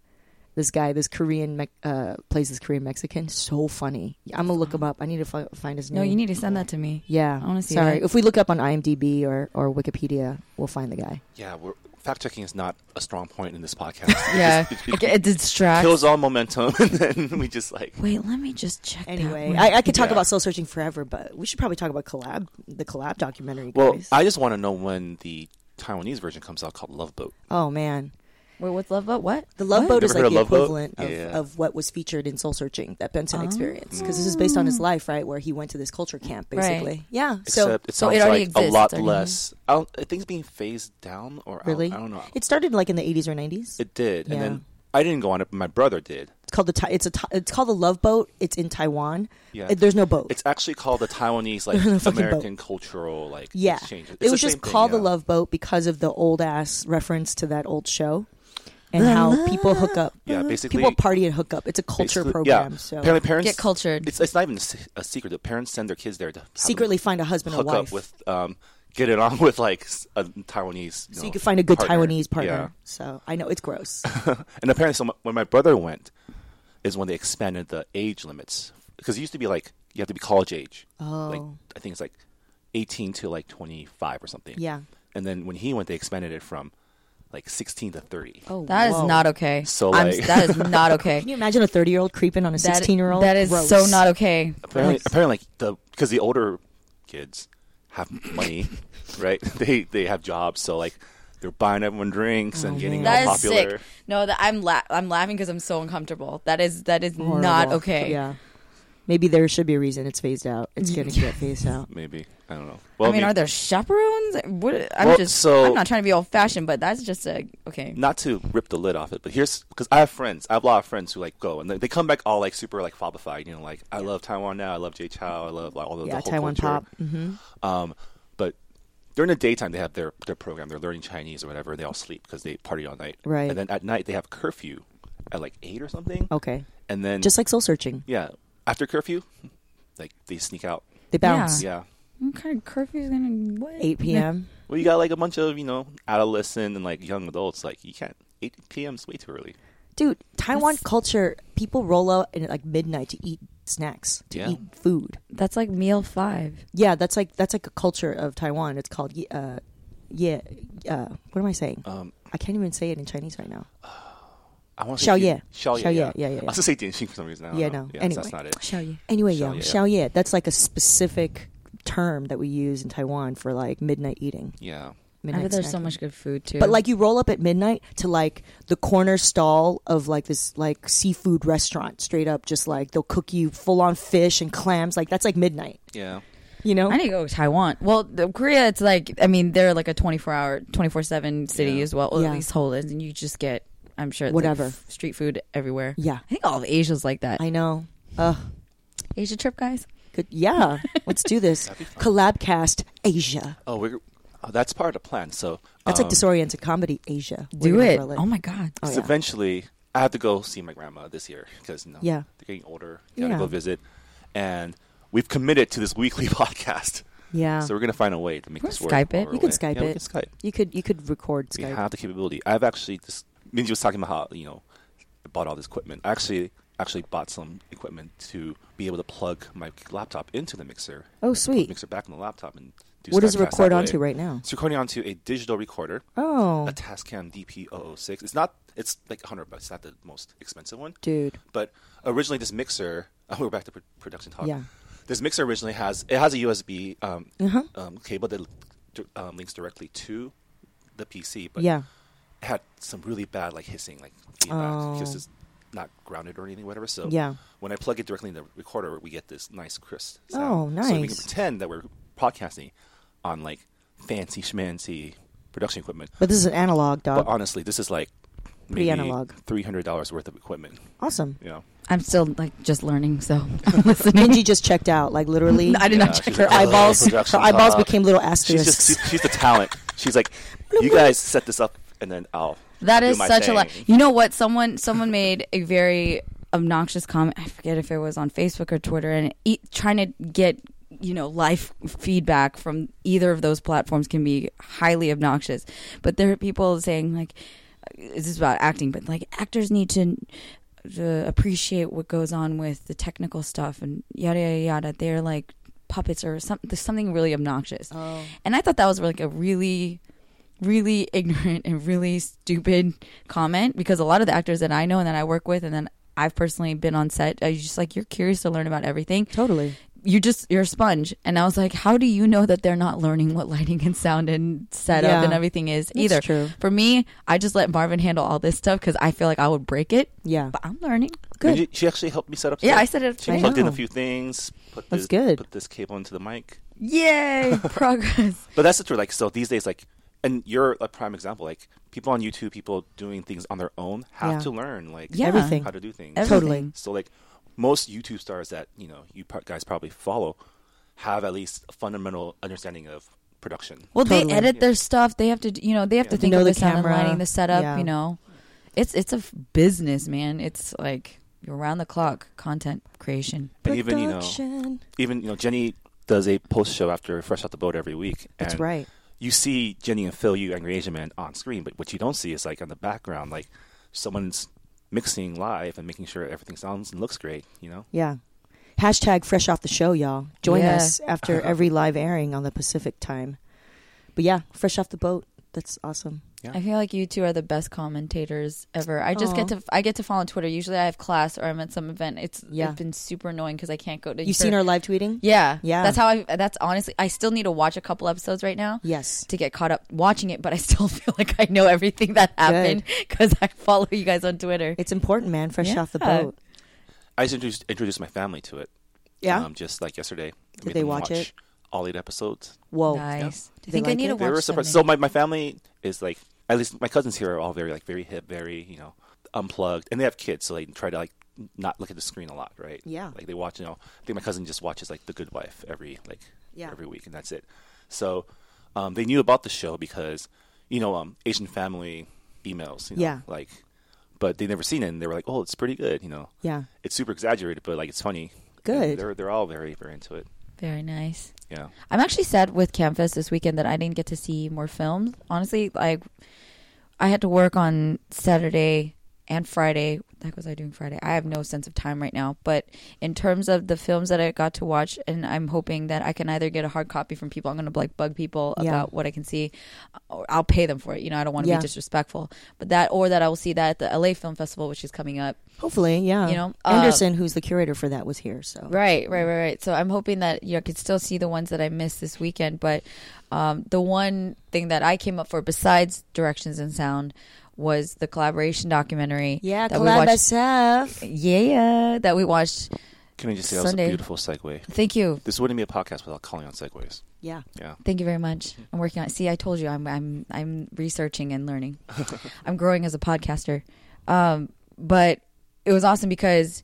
E: This guy, this Korean, Me- uh, plays this Korean Mexican. So funny. I'm gonna look him up. I need to fi- find his name.
D: No, you need to send that to me.
E: Yeah,
D: I wanna see
E: Sorry,
D: that.
E: if we look up on IMDb or or Wikipedia, we'll find the guy.
C: yeah, we're, fact checking is not a strong point in this podcast.
D: Yeah,
C: It, just-
D: it,
C: it,
D: it distracts.
C: kills all momentum, and then we just like.
D: Wait, let me just check.
E: Anyway,
D: that one.
E: I, I could talk
C: Yeah.
E: about Soul Searching forever, but we should probably talk about collab, the collab documentary.
C: Well,
E: guys.
C: I just want to know when the Taiwanese version comes out called Love Boat.
E: oh man,
D: wait, what's love about what?
E: the Love
D: What?
E: Boat is
C: Never heard
E: like
C: of Love
E: the
C: Boat?
E: equivalent of,
C: Yeah.
E: of what was featured in Soul Searching that
D: Oh.
E: Benson experienced because this is based on his life, right, where he went to this culture camp,
D: Right.
E: basically. Yeah. so
C: Except it
D: so it
C: sounds
D: already
C: like
D: exists,
C: a lot
D: already.
C: less. I, don't, I think it's being phased down, or I don't-
E: really,
C: I don't know.
E: It started like in the 80s or 90s.
C: It did, and
E: Yeah.
C: then I didn't go on it, but my brother did.
E: It's called the Ti- it's a Ti- it's called the Love Boat. It's in Taiwan.
C: Yeah.
E: Uh, there's no boat.
C: It's actually called the Taiwanese like
E: No fucking
C: American cultural like
E: yeah,
C: exchange. It's
E: it
C: the
E: was just
C: same thing,
E: called
C: yeah.
E: the Love Boat because of the old ass reference to that old show, and how people hook up.
C: Yeah, basically-
E: people party and hook up. It's a culture
C: Basically-
E: program.
C: Yeah.
E: So
C: apparently parents
D: Get cultured.
C: It's, it's not even a se- a secret. The parents send their kids there to have them
E: secretly find a husband
C: hook
E: and wife,
C: up with, um, get it on with like s- a Taiwanese.
E: so you can find a good
C: partner.
E: Taiwanese partner.
C: Yeah.
E: So I know it's gross.
C: And apparently, so my, when my brother went, is when they expanded the age limits because it used to be like you have to be college age. Oh. Like I think it's like eighteen to like twenty five or something.
E: Yeah.
C: And then when he went, they expanded it from like sixteen to thirty.
E: Oh,
D: That is
E: whoa.
D: not okay.
C: So,
D: I'm-
C: like-
D: that is not okay.
E: Can you imagine a 30 year old creeping on a
D: That-
E: 16 year old?
D: That is so not okay.
C: Apparently, apparently, like the because the older kids have money, right? They they have jobs, so like they're buying everyone drinks and getting
D: Oh, That is
C: all popular.
D: sick. No, that I'm la- I'm laughing because I'm so uncomfortable. That is that is not okay. Mm.
E: Yeah. Maybe there should be a reason it's phased out. It's going to get phased out.
C: Maybe I don't know. Well,
D: I mean,
C: may-
D: are there chaperones? What, I'm
C: Well,
D: just.
C: so-
D: I'm not trying to be old fashioned, but that's just a okay.
C: not to rip the lid off it, but here's because I have friends. I have a lot of friends who like go and they, they come back all like super like fobified. You know, like I love Taiwan now. I love Jay Chow. I love like all the,
E: Yeah,
C: the whole
E: Taiwan
C: culture.
E: pop. hmm
C: Um, but during the daytime, they have their their program. They're learning Chinese or whatever. They all sleep because they party all night.
E: Right.
C: And then at night, they have curfew at like eight or something.
E: Okay.
C: And then
E: Just like soul searching.
C: yeah, after curfew, like they sneak out.
E: They bounce.
C: Yeah.
D: What kind of curfew's gonna what?
E: 8 p.m.
C: Well, you got like a bunch of you know adolescent and like young adults. Like you can't. 8 p.m. is way too early.
E: Dude, Taiwan
D: That's-
E: culture, people roll out in at like midnight to eat snacks, to
C: Yeah.
E: eat food.
D: That's like meal five.
E: Yeah, that's like that's like a culture of Taiwan. It's called ye- uh yeah, uh what am I saying?
C: Um,
E: I can't even say it in Chinese right now.
C: I want
E: Xiao Ye.
C: Xiao Ye.
E: Xiao Ye,
C: Yeah.
E: yeah, yeah, yeah.
C: I was gonna say Dianxing for some reason. I don't
E: Yeah,
C: know.
E: no.
C: Yeah, so that's
E: Anyway.
C: not it.
D: Show you.
E: Anyway,
C: Xiao
E: yeah,
C: Ye.
E: Xiao Ye, that's like a specific term that we use in Taiwan for like midnight eating.
C: Yeah.
D: I
E: Midnight
D: bet there's so
E: snacking.
D: much good food too.
E: But like you roll up at midnight to like the corner stall of like this like seafood restaurant straight up just like they'll cook you full on fish and clams like that's like midnight,
C: Yeah.
E: you know?
D: I need to go to Taiwan. Well, the, Korea, it's like I mean they're like a 24 hour, 24 seven city
C: Yeah.
D: as well, or
E: Yeah.
D: at least Seoul is, and you just get I'm sure it's, like,
E: Whatever.
D: f- street food everywhere.
E: Yeah.
D: I think all of Asia's like that.
E: I know. Ugh.
D: Asia trip, guys.
E: Good. Yeah, let's do this. Collabcast Asia.
C: Oh, we're. Oh, that's part of the plan. So
E: That's
C: um,
E: like disoriented comedy Asia. We're
D: Do
E: gonna
D: it.
E: roll
D: Oh my god.
E: Oh,
C: So
E: yeah.
C: eventually, I have to go see my grandma this year because you know,
E: Yeah.
C: they're getting older. You gotta
E: Yeah.
C: go visit, and we've committed to this weekly podcast.
E: Yeah.
C: So we're gonna find a way to make
D: We'll
C: this work.
D: Skype it.
C: while we're
D: You
E: can
C: away.
E: Skype
C: yeah, We
E: it.
C: can Skype.
E: you could you could record
C: We
E: Skype.
C: have the capability. I've actually just Minji was talking about how you know I bought all this equipment. I actually actually bought some equipment to be able to plug my laptop into the mixer.
E: Oh,
C: and put the
E: sweet.
C: Mixer back in the laptop and do
E: What does it
C: Skypecast
E: record
C: that way.
E: onto right now?
C: It's recording onto a digital recorder,
E: Oh,
C: a Tascam DP006. It's not. It's like 100 bucks. It's not the most expensive one.
E: dude.
C: But originally, this mixer. Oh, we're back to pr- production talk.
E: Yeah. Uh-huh.
C: This mixer originally has it has a USB um, um, cable that d- um, links directly to the PC, but
E: Yeah.
C: it had some really bad like hissing, like feedback
E: Oh.
C: because it's not grounded or anything, whatever. So
E: Yeah.
C: when I plug it directly in the recorder, we get this nice crisp.
E: Oh,
C: Sound. So we can
E: nice.
C: pretend that we're podcasting on like fancy schmancy production equipment.
E: But this is an analog dog.
C: But honestly, this is like
E: Pretty
C: maybe
E: analog.
C: three hundred dollars worth of equipment.
E: awesome.
C: You know.
D: I'm still like just learning, so I'm listening.
E: Minji just checked out. Like literally,
D: I did
C: Yeah,
D: not check
C: she's
D: her
C: like,
E: her
C: "Oh,
E: eyeballs. Her
C: production
E: eyeballs
C: talk."
E: became little
C: She's
E: asterisks.
C: just she's, she's the talent. She's like, you guys set this up, and then I'll.
D: That
C: do
D: is
C: my
D: such
C: thing."
D: a lot. You know what? Someone someone made a very obnoxious comment. I forget if it was on Facebook or Twitter, and e- trying to get you know life feedback from either of those platforms can be highly obnoxious. But there are people saying like, uh, "This is about acting," but like actors need to. To appreciate what goes on with the technical stuff and yada yada yada, they're like puppets or something. Something really obnoxious,
E: Oh.
D: and I thought that was like a really really ignorant and really stupid comment because a lot of the actors that I know and that I work with and then I've personally been on set, I was just like you're curious to learn about everything.
E: Totally.
D: You just you're a sponge. And I was like, How do you know that they're not learning what lighting and sound and setup
E: Yeah.
D: and everything is
E: That's
D: either?
E: true.
D: For me, I just let Marvin handle all this stuff because I feel like I would break it.
E: Yeah.
D: But I'm learning.
E: Good.
C: Minji- she actually helped me set up.
D: Yeah,
C: today.
D: I set it up
C: She
D: today.
C: plugged in
E: Wow.
C: a few things. Put this,
E: That's good.
C: Put this cable into the mic.
D: Yay! Progress.
C: But that's the truth. Like, so these days, like, and you're a prime example. Like, people on YouTube, people doing things on their own, have
E: Yeah.
C: to learn like
D: Yeah.
E: Everything.
C: how to do things.
D: Everything.
E: Totally.
C: So, like, most YouTube stars that you know you pro- guys probably follow have at least a fundamental understanding of production.
D: Well,
E: Totally.
D: they edit their stuff. They have to, you know, they have to think
E: Know
D: of
E: the
D: the, sound
E: camera.
D: and lighting, the setup.
E: Yeah.
D: You know, it's it's a f- business, man. It's like you're around the clock content creation.
C: And even you know,
E: Production.
C: even you know, Jenny does a post show after Fresh Out the Boat every week.
E: That's
C: and
E: right.
C: You see Jenny and Phil, you Angry Asian Man, on screen, but what you don't see is like on the background, like someone's mixing live and making sure everything sounds and looks great. You know.
E: Yeah. Hashtag fresh off the show, y'all. Join
D: Yeah.
E: us after every live airing on the Pacific time. But yeah, fresh off the boat. That's awesome.
D: I feel like you two are the best commentators ever. I just get
E: Aw.
D: to I get to follow on Twitter. Usually, I have class or I'm at some event. It's
E: Yeah.
D: it's been super annoying because I can't go to.
E: You've seen our live tweeting?
D: yeah,
E: Yeah.
D: That's how I. That's honestly, I still need to watch a couple episodes right now.
E: Yes.
D: to get caught up watching it, but I still feel like I know everything that happened because I follow you guys on Twitter.
E: It's important, man. Fresh off the
D: Yeah.
E: boat.
C: I just introduced, introduced my family to it.
E: Yeah?
C: Um, just like yesterday. I
E: Did
C: made
E: they
C: them
E: watch it?
C: All eight episodes.
E: Whoa.
D: Nice.
E: Do
F: I
E: oh, they
F: think I
E: like
F: need
E: it?
F: to
C: They were
F: watch
C: surprised. So
F: something.
C: my, my family is like at least my cousins here are all very like very hip, very you know unplugged, and they have kids, so they try to like not look at the screen a lot, right?
E: Yeah.
C: Like they watch, you know, I think my cousin just watches like The Good Wife every like
E: Yeah.
C: every week, and that's it. So um, they knew about the show because you know um, Asian family emails, you know,
E: Yeah.
C: like, but they never seen it, and they were like, oh, it's pretty good, you know.
E: Yeah.
C: It's super exaggerated, but like it's funny. And
E: Good.
C: They're they're all very very into it.
F: Very nice.
C: Yeah.
D: I'm actually sad with Campus this weekend that I didn't get to see more films. Honestly, like I had to work on Saturday and Friday. What the heck was I doing Friday? I have no sense of time right now. But in terms of the films that I got to watch, and I'm hoping that I can either get a hard copy from people. I'm going to like bug people
E: Yeah.
D: about what I can see. Or I'll pay them for it. You know, I don't want to
E: Yeah.
D: be disrespectful. But that, or that I will see that at the LA Film Festival, which is coming up.
E: Hopefully, yeah.
D: You know, uh,
E: Anderson, who's the curator for that, was here. So
D: Right, right, right, right. So I'm hoping that you know, I could still see the ones that I missed this weekend. But um, the one thing that I came up for besides Directions and Sound was the collaboration documentary.
E: yeah,
D: that we watched.
E: SF.
D: Yeah, that we watched.
C: Can I just say
D: Sunday.
C: that was a beautiful segue?
D: Thank you,
C: This wouldn't be a podcast without calling on segues.
E: Yeah,
C: Yeah.
D: thank you very much. I'm working on. it. See, I told you, I'm I'm I'm researching and learning. I'm growing as a podcaster. Um, but it was awesome because.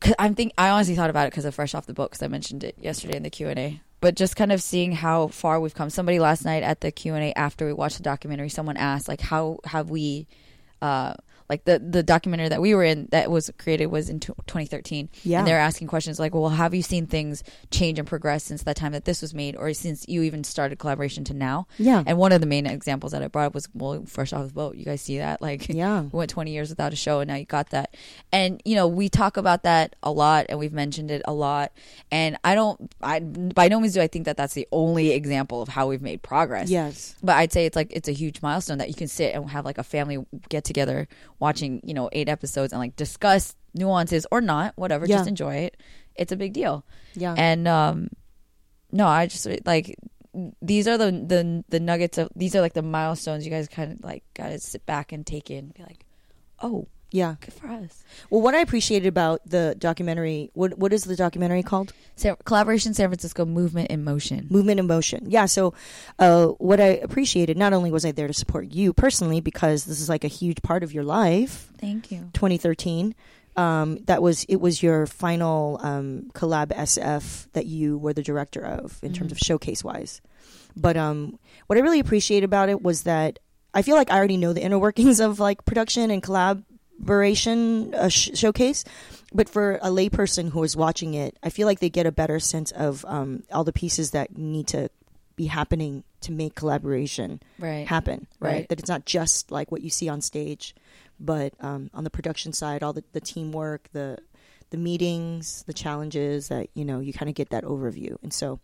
D: 'cause I'm think I honestly thought about it because of Fresh Off the Book because I mentioned it yesterday in the Q and A. But just kind of seeing how far we've come. Somebody last night at the Q and A after we watched the documentary, someone asked like, "How have we?" Uh, like the the documentary that we were in that was created was in tw 2013.
E: Yeah.
D: and they're asking questions like, "Well, have you seen things change and progress since that time that this was made, or since you even started collaboration to now?"
E: Yeah.
D: and one of the main examples that I brought up was, "Well, Fresh Off the Boat." You guys see that? Like,
E: Yeah.
D: we went 20 years without a show and now you got that and you know we talk about that a lot and we've mentioned it a lot and i don't i by no means do i think that that's the only example of how we've made progress
E: Yes.
D: but i'd say it's like it's a huge milestone that you can sit and have like a family get together watching you know eight episodes and like discuss nuances or not whatever
E: Yeah.
D: just enjoy it it's a big deal
E: yeah,
D: and um no i just like these are the the the nuggets of these are like the milestones you guys kind of like gotta sit back and take in and be like oh
E: yeah.
D: good for us
E: Well, what I appreciated about the documentary, what what is the documentary called?
D: Sa- collaboration san francisco movement in motion
E: Movement in Motion. Yeah. So, uh, what I appreciated, not only was I there to support you personally because this is like a huge part of your life,
D: thank you
E: 2013. Um, that was it was your final um, collab SF that you were the director of in terms of showcase wise. But um, what I really appreciate about it was that I feel like I already know the inner workings of like production and collaboration uh, sh- showcase. But for a layperson who is watching it, I feel like they get a better sense of um, all the pieces that need to be happening to make collaboration
D: right
E: happen, right?
D: Right.
E: That it's not just like what you see on stage, but um, on the production side, all the, the teamwork, the the meetings, the challenges that you know you kind of get that overview. And so,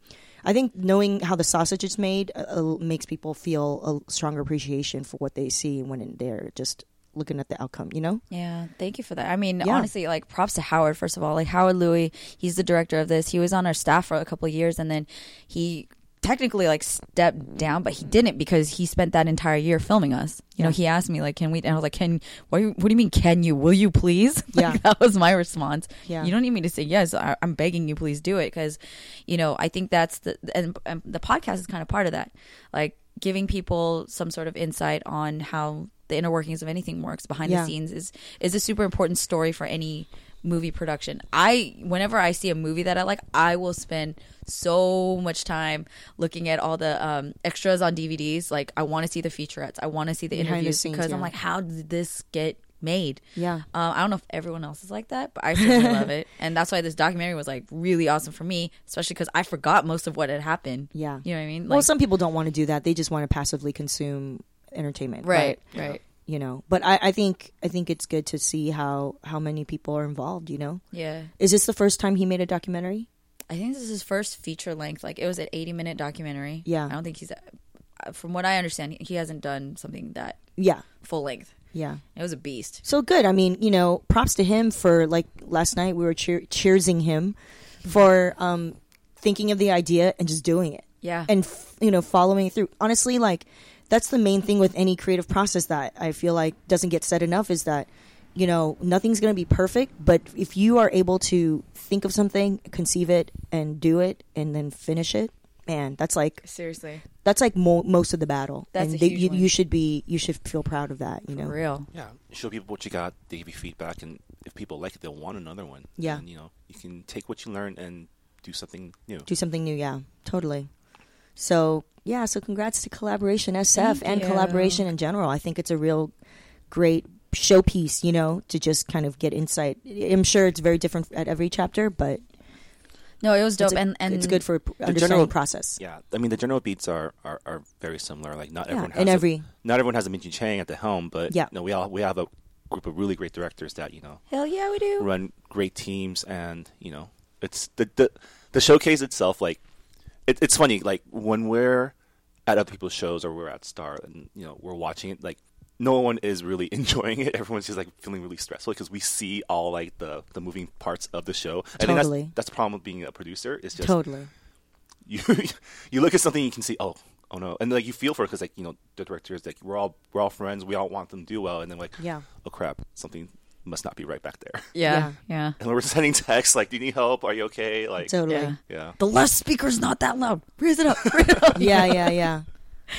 E: I think knowing how the sausage is made uh, uh, makes people feel a stronger appreciation for what they see when they're just looking at the outcome. You know?
D: Yeah, thank you for that. I mean,
E: Yeah.
D: honestly, like props to Howard first of all. Like Howard Louis, he's the director of this. He was on our staff for a couple of years, and then he technically like stepped down, but he didn't because he spent that entire year filming us. You know,
E: Yeah.
D: he asked me like, "Can we?" And I was like, "Can what? do you- What do you mean? Can you? Will you please?" Like,
E: Yeah.
D: that was my response.
E: Yeah.
D: you don't need me to say yes. I, I'm begging you, please do it because, you know, I think that's the and, and the podcast is kind of part of that, like giving people some sort of insight on how the inner workings of anything works behind
E: Yeah.
D: the scenes is is a super important story for any movie production. I whenever I see a movie that I like, I will spend so much time looking at all the um, extras on DVDs. Like I want to see the featurettes, I want to see the
E: Behind the
D: interviews
E: scenes,
D: because I'm
E: yeah.
D: like, how did this get made?
E: Yeah.
D: Um, I don't know if everyone else is like that, but I certainly love it, and that's why this documentary was like really awesome for me, especially because I forgot most of what had happened.
E: Yeah.
D: you know what I mean. Like,
E: well, some people don't want to do that; they just want to passively consume entertainment, but,
D: right, right,
E: you know, but I, I think I think it's good to see how how many people are involved. You know,
D: yeah.
E: is this the first time he made a documentary?
D: I think this is his first feature length. Like it was an 80 minute documentary.
E: Yeah.
D: I don't think he's, uh, from what I understand, he hasn't done something that
E: Yeah,
D: full length.
E: yeah.
D: It was a beast.
E: So good. I mean, you know, props to him for like last night we were cheer- cheersing him for um thinking of the idea and just doing it
D: Yeah.
E: and f- you know following through. Honestly, like that's the main thing with any creative process that I feel like doesn't get said enough is that you know, nothing's going to be perfect, but if you are able to think of something, conceive it, and do it, and then finish it, man, that's like
D: Seriously,
E: that's like mo- most of the battle.
D: That's
E: and
D: a
E: that
D: huge
E: you,
D: one.
E: you should be you should feel proud of that. You know,
D: for real.
C: Yeah, show people what you got. They give you feedback, and if people like it, they'll want another one.
E: Yeah.
C: and, you know, you can take what you learn and do something new.
E: do something new. Yeah, totally. So yeah, so congrats to collaboration SF
D: Thank
E: and
D: you.
E: collaboration in general. I think it's a real great showpiece. You know, to just kind of get insight. I'm sure it's very different at every chapter, but
D: No, it was dope,
E: it's a-
D: and and
E: it's good for p- understanding
C: general-
E: process.
C: Yeah, I mean the general beats are, are, are very similar. Like not
E: Yeah,
C: everyone
E: and
C: has a-
E: every-
C: not everyone has a Minji Chang at the helm, but
E: Yeah.
C: you know, we all we have a group of really great directors that you know
D: Hell yeah, we do.
C: run great teams, and you know it's the the, the showcase itself. Like it, it's funny, like when we're at other people's shows or we're at Star, and you know we're watching it, like no one is really enjoying it. Everyone's just like feeling really stressful because we see all like the the moving parts of the show. I think
E: Totally.
C: that's that's the problem with being a producer. It's just
E: Totally.
C: you you look at something you can see oh oh no and like you feel for it because like you know the director is like we're all we're all friends we all want them to do well and then like
E: Yeah.
C: oh crap something must not be right back there
D: Yeah, yeah,
C: and we're sending texts like do you need help are you okay like
E: Totally.
D: yeah.
C: yeah
D: The left speaker's not that loud. Raise it up. Raise it up.
E: yeah, yeah, yeah.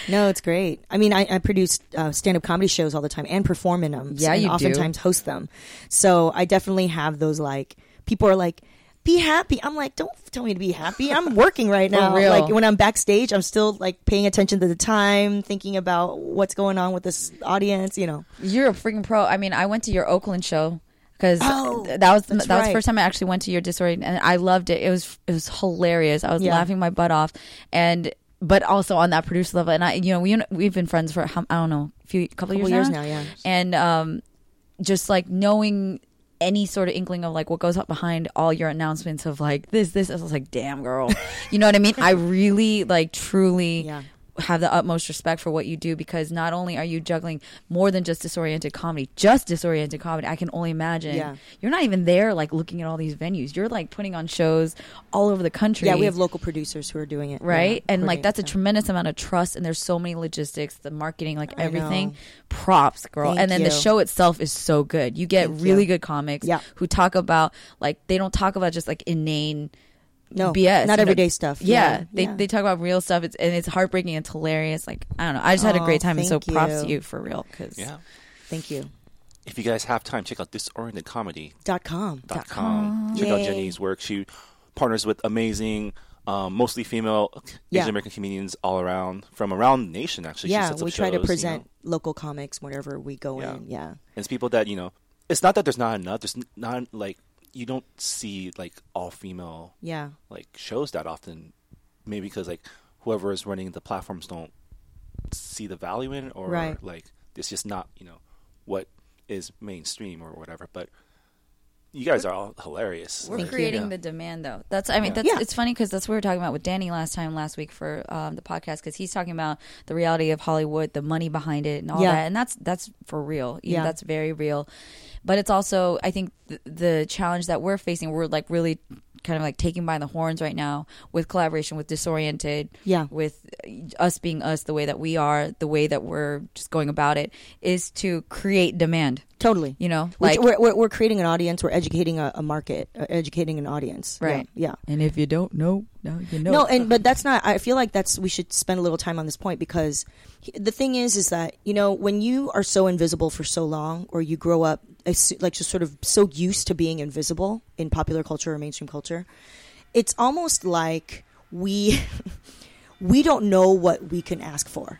E: No, it's great. I mean, I, I produce uh, stand-up comedy shows all the time and perform in them.
D: Yeah,
E: and
D: you do.
E: oftentimes host them. So I definitely have those like people are like, "Be happy." I'm like, "Don't tell me to be happy. I'm working right now."
D: real.
E: Like when I'm backstage, I'm still like paying attention to the time, thinking about what's going on with this audience. You know,
D: You're a freaking pro. I mean, I went to your Oakland show because
E: Oh,
D: that was that
E: that's
D: was
E: right.
D: the first time I actually went to your Disorient, and I loved it. It was it was hilarious. I was
E: Yeah.
D: laughing my butt off, and but also on that producer level. And I, you know, we we've been friends for how, I don't know, a few couple,
E: Couple
D: years,
E: years now, yeah.
D: and um, just like knowing any sort of inkling of like what goes up behind all your announcements of like this this I was like damn girl you know what I mean I really like truly
E: Yeah.
D: have the utmost respect for what you do because not only are you juggling more than just disoriented comedy just disoriented comedy I can only imagine
E: Yeah.
D: you're not even there like looking at all these venues you're like putting on shows all over the country
E: yeah, we have local producers who are doing it,
D: right
E: Yeah,
D: and like
E: coordinate
D: that's a
E: them.
D: tremendous amount of trust and there's so many logistics the marketing like
E: I know.
D: everything props girl
E: Thank
D: and then the
E: you.
D: show itself is so good you get
E: Thank
D: really
E: you.
D: good comics
E: Yeah.
D: who talk about like they don't talk about just like inane
E: no
D: BS, you
E: not
D: know?
E: everyday stuff.
D: Yeah, they
E: yeah.
D: they talk about real stuff. It's and it's heartbreaking. It's hilarious. Like I don't know. I just had a
E: Oh,
D: great time. And so
E: thank
D: props to
E: you.
D: you for real. Cause
C: yeah
E: Thank you.
C: if you guys have time check out disorientedcomedy.com
E: Dot com.
C: check out
E: Yay.
C: Jenny's work she partners with amazing um, mostly female
E: Yeah.
C: Asian American comedians all around from around the nation actually She
E: Yeah,
C: sets up
E: we try to
C: shows, you know.
E: present local comics whenever we go
C: Yeah.
E: in. Yeah.
C: it's people that you know it's not that there's not enough there's n- not like you don't see like all female
E: Yeah.
C: like shows that often maybe because like whoever is running the platforms don't see the value in it or
E: Right.
C: like it's just not you know what is mainstream or whatever but you guys are all hilarious
D: We're
C: Like,
D: creating
C: yeah.
D: the demand, though. That's I mean, that's
E: Yeah.
D: it's funny because that's what we were talking about with Danny last time last week for um, the podcast because he's talking about the reality of Hollywood, the money behind it, and all
E: Yeah.
D: that, and that's that's for real. You know,
E: Yeah.
D: that's very real. But it's also I think th- the challenge that we're facing. We're like really kind of like taking by the horns right now with collaboration with disoriented
E: Yeah.
D: with uh, us being us the way that we are the way that we're just going about it is to create demand
E: Totally.
D: you know
E: Which we're, we're, we're creating an audience. We're educating a, a market, uh, educating an audience. Yeah,
D: Right.
E: Yeah.
D: and if you don't know now you know
E: No, and but that's not. I feel like that's we should spend a little time on this point because he- the thing is, is that you know when you are so invisible for so long, or you grow up as- like just sort of so used to being invisible in popular culture or mainstream culture, it's almost like we we don't know what we can ask for.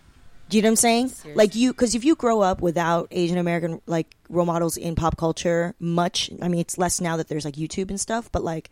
E: Do you know what I'm saying? Like you, because if you grow up without Asian American like role models in pop culture much, I mean, it's less now that there's like YouTube and stuff, but like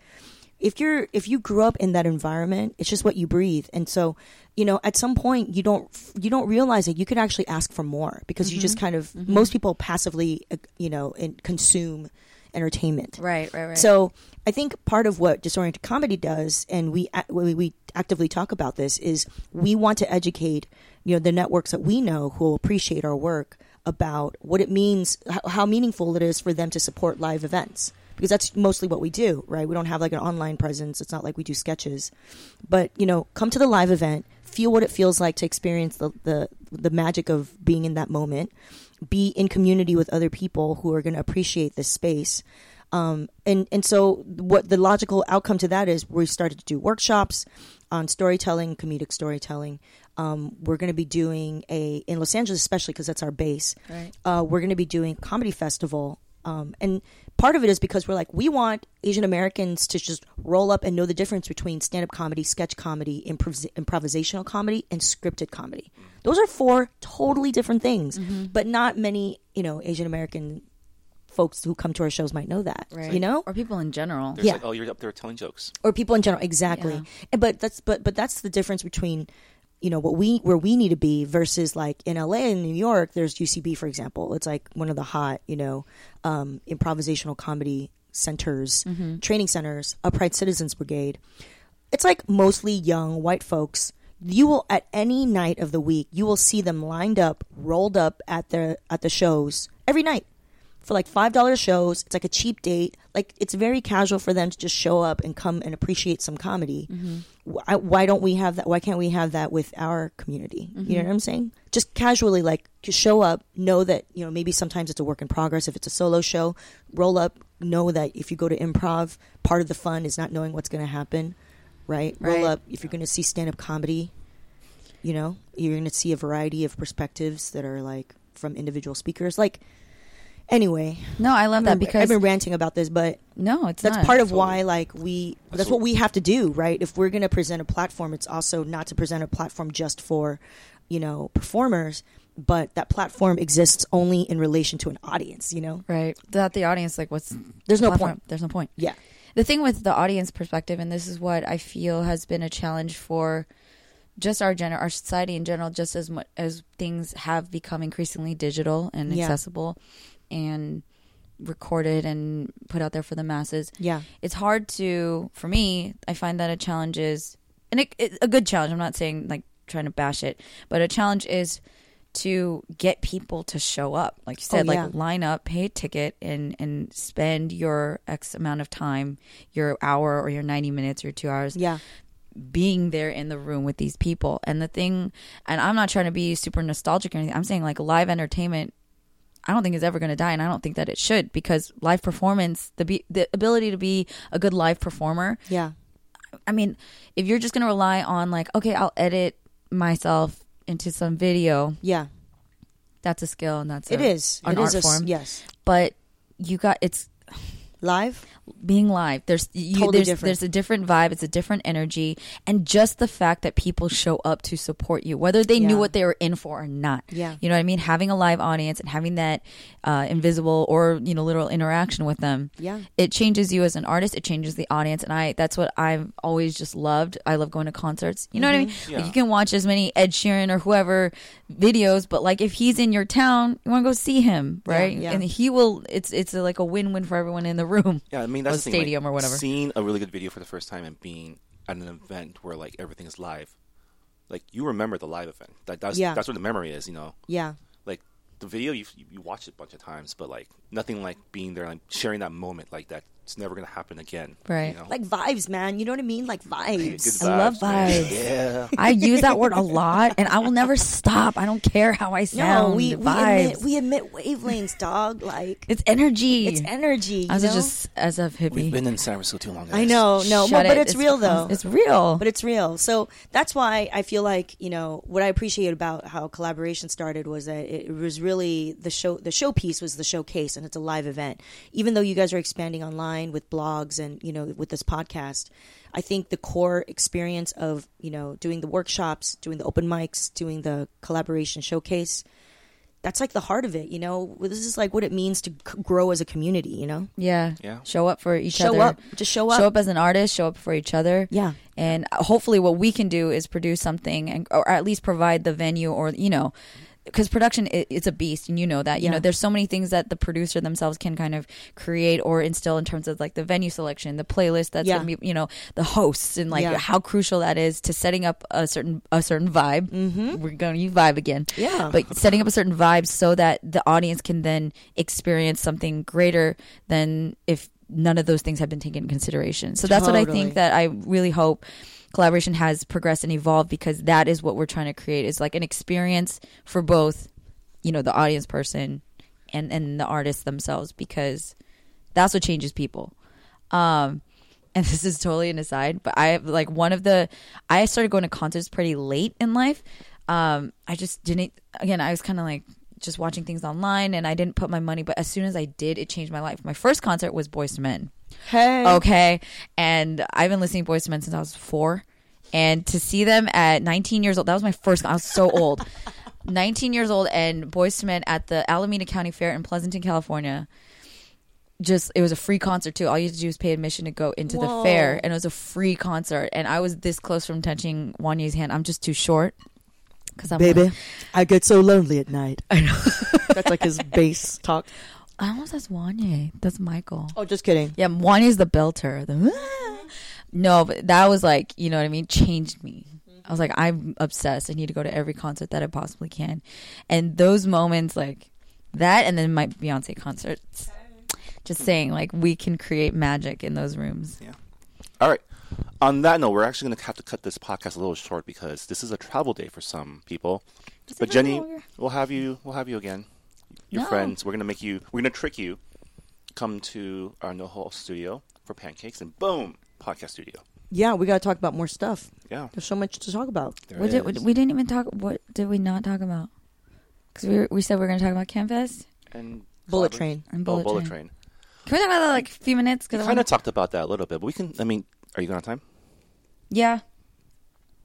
E: if you're if you grew up in that environment, it's just what you breathe. And so, you know, at some point you don't you don't realize that you can actually ask for more because you just kind of most people passively, uh, you know, and consume entertainment.
D: right right right
E: So I think part of what disoriented comedy does, and we ac- we, we actively talk about this, is we want to educate you know the networks that we know who will appreciate our work about what it means, how, how meaningful it is for them to support live events. Because that's mostly what we do, right? We don't have like an online presence. It's not like we do sketches, but you know, come to the live event, feel what it feels like to experience the the, the magic of being in that moment, be in community with other people who are going to appreciate this space. Um, and and so what the logical outcome to that is we started to do workshops on storytelling, comedic storytelling. Um, we're going to be doing a in Los Angeles, especially because that's our base.
D: Right.
E: Uh, we're going to be doing a comedy festival. Um, and part of it is because we're like we want Asian Americans to just roll up and know the difference between stand-up comedy, sketch comedy, improv- improvisational comedy, and scripted comedy. Those are four totally different things, but not many you know Asian American folks who come to our shows might know that. You know,
D: or people in general.
C: There's
E: Yeah.
C: like, oh, you're up there telling jokes.
E: or people in general exactly
D: Yeah.
E: and, but that's but but that's the difference between you know what we where we need to be versus like in LA and New York there's UCB for example it's like one of the hot you know um, improvisational comedy centers training centers upright citizens brigade it's like mostly young white folks you will at any night of the week you will see them lined up rolled up at the at the shows every night for like five dollar shows. It's like a cheap date. Like it's very casual for them to just show up and come and appreciate some comedy. Why, why don't we have that? Why can't we have that with our community? You know what I'm saying? Just casually, like to show up, know that you know maybe sometimes it's a work in progress. If it's a solo show, roll up. Know that if you go to improv, part of the fun is not knowing what's going to happen. Right? Roll
D: Right.
E: up. If you're going to see stand up comedy, you know you're going to see a variety of perspectives that are like from individual speakers. Like anyway, mm,
D: No, I love that because
E: I've been ranting about this, but
D: no, it's
E: that's
D: not.
E: part of
C: Totally.
E: why like we that's,
C: That's
E: what
C: what-
E: we have to do, right? If we're going to present a platform, it's also not to present a platform just for, you know, performers, but that platform exists only in relation to an audience, you know.
D: right that the audience like what's
E: There's no
D: platform.
E: point.
D: There's no point.
E: Yeah.
D: the thing with the audience perspective, and this is what I feel has been a challenge for just our gener- our society in general, just as much as things have become increasingly digital and
E: Yeah.
D: accessible, and recorded and put out there for the masses.
E: Yeah.
D: it's hard to for me. I find that a challenge is, and it, it, a good challenge. I'm not saying like trying to bash it, but a challenge is to get people to show up. Like you said,
E: Oh, yeah.
D: like line up, pay a ticket, and and spend your X amount of time, your hour or your 90 minutes or two hours,
E: Yeah.
D: being there in the room with these people. And the thing, and I'm not trying to be super nostalgic or anything. I'm saying like live entertainment. I don't think is ever going to die, and I don't think that it should because live performance, the be, the ability to be a good live performer,
E: Yeah.
D: I mean, if you're just going to rely on like, okay, I'll edit myself into some video,
E: Yeah.
D: that's a skill and that's
E: It
D: a,
E: is.
D: an
E: It
D: art
E: is a s-
D: form.
E: yes.
D: But you got it's
E: Live?
D: being live. There's you,
E: Totally
D: there's,
E: different.
D: there's a different vibe. It's a different energy, and just the fact that people show up to support you, whether they
E: Yeah.
D: knew what they were in for or not.
E: Yeah.
D: you know what I mean. Having a live audience and having that uh, invisible or you know literal interaction with them.
E: Yeah.
D: it changes you as an artist. It changes the audience, and I that's what I've always just loved. I love going to concerts. You know what I mean? Like,
C: Yeah.
D: you can watch as many Ed Sheeran or whoever videos, but like if he's in your town, you want to go see him, right?
E: yeah.
D: And he will. It's it's a, like a win win for everyone in the room.
C: Yeah, I mean that's
D: Or
C: the thing, like,
D: stadium or whatever.
C: Seeing a really good video for the first time and being at an event where like everything is live, like you remember the live event. That that's
E: Yeah.
C: that's what the memory is, you know.
E: Yeah.
C: Like the video you you watch it a bunch of times, but like nothing like being there and sharing that moment like that. It's never gonna happen again,
D: Right.
C: You know?
E: Like vibes, man. You know what I mean? Like
C: Good
E: vibes.
D: I love
C: man.
D: vibes.
C: Yeah.
D: I use that word a lot, and I will never stop. I don't care how I sound.
E: no, we, we
D: vibes.
E: emit we emit wavelengths, dog. Like
D: it's energy.
E: it's energy.
D: I was
E: you know?
D: just as a
C: We've
D: hippie.
C: been in San Francisco too long.
E: I
C: guys.
E: know, no,
D: Shut
E: but, but
D: it.
E: it's, real though.
D: It's real.
E: but it's real. So that's why I feel like you know what I appreciate about how collaboration started was that it was really the show. The showpiece was the showcase, and it's a live event. Even though you guys are expanding online with blogs and you know with this podcast, I think the core experience of you know doing the workshops, doing the open mics, doing the collaboration showcase. That's like the heart of it, you know. This is like what it means to c- grow as a community, you know.
D: yeah.
C: Yeah.
D: Show up for each
E: Show
D: other.
E: up. Just show up.
D: Show up as an artist. Show up for each other.
E: Yeah.
D: And uh, hopefully, what we can do is produce something, and or at least provide the venue, or you know, because production i it's a beast, and you know that. You
E: Yeah.
D: know, there's so many things that the producer themselves can kind of create or instill in terms of like the venue selection, the playlist that's
E: Yeah.
D: gonna be, you know, the hosts, and like
E: Yeah.
D: how crucial that is to setting up a certain a certain vibe. Mm-hmm. We're gonna use vibe again.
E: Yeah.
D: But setting up a certain vibe so that the audience can then experience something greater than if none of those things have been taken into consideration. So that's what I
E: Totally.
D: think that I really hope collaboration has progressed and evolved because that is what we're trying to create is like an experience for both you know the audience person and and the artists themselves because that's what changes people um and this is totally an aside but i like one of the i started going to concerts pretty late in life um i just didn't again i was kind of like just watching things online and i didn't put my money but as soon as i did it changed my life my first concert was boys to men
E: Hey.
D: okay and i've been listening to boys to men since i was four and to see them at 19 years old that was my first i was so old 19 years old and boys to men at the alameda county fair in pleasanton california just it was a free concert too all you had to do was pay admission to go into the fair and it was a free concert and i was this close from touching wanya's hand i'm just too short because i'm
E: Baby,
D: like,
E: I get so lonely at night. I know. That's like his bass talk.
D: i almost that's wanya that's michael
E: Oh, just kidding.
D: Yeah, one is the belter. The, no, but that was like, you know what I mean? Changed me. I was like, I'm obsessed. I need to go to every concert that I possibly can. And those moments, like that, and then my Beyonce concerts. Just saying, like, we can create magic in those rooms.
C: Yeah. All right. On that note, we're actually going to have to cut this podcast a little short because this is a travel day for some people. but Jenny, we'll have you. We'll have you again. Your
D: No.
C: friends. We're going to make you. We're going to trick you. Come to our no hole studio for pancakes and boom, podcast studio.
E: Yeah, we got to talk about more stuff.
C: Yeah.
E: There's so much to talk about.
C: there
D: What
C: it
D: did,
C: is.
D: we didn't even talk. What did we not talk about? Because we, were- we said we are going to talk about Canvas
C: and
E: Bullet
C: collaborate-
E: train.
D: and
C: Oh,
D: Bullet,
C: bullet
D: Train.
C: train.
D: Can we talk about that like a few minutes?
C: We
D: Because
C: kind of talked about that a little bit, but we can. I mean, are you going on time?
D: Yeah.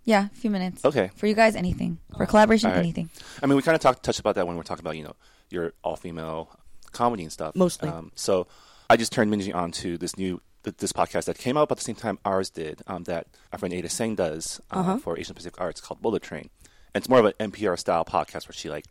D: Yeah, a few minutes.
C: Okay. Oh.
D: For you guys, anything. For collaboration,
C: All right.
D: anything.
C: I mean, we kind of talked touched about that when we we're talking about you know your all female comedy and stuff. Um,
E: Mostly.
C: so I just turned Minji on to this new th- this podcast that came out about the same time ours did um, that our friend Ada Singh does uh,
E: Uh-huh.
C: for Asian Pacific Arts called Bullet Train, and it's more of an NPR style podcast where she like.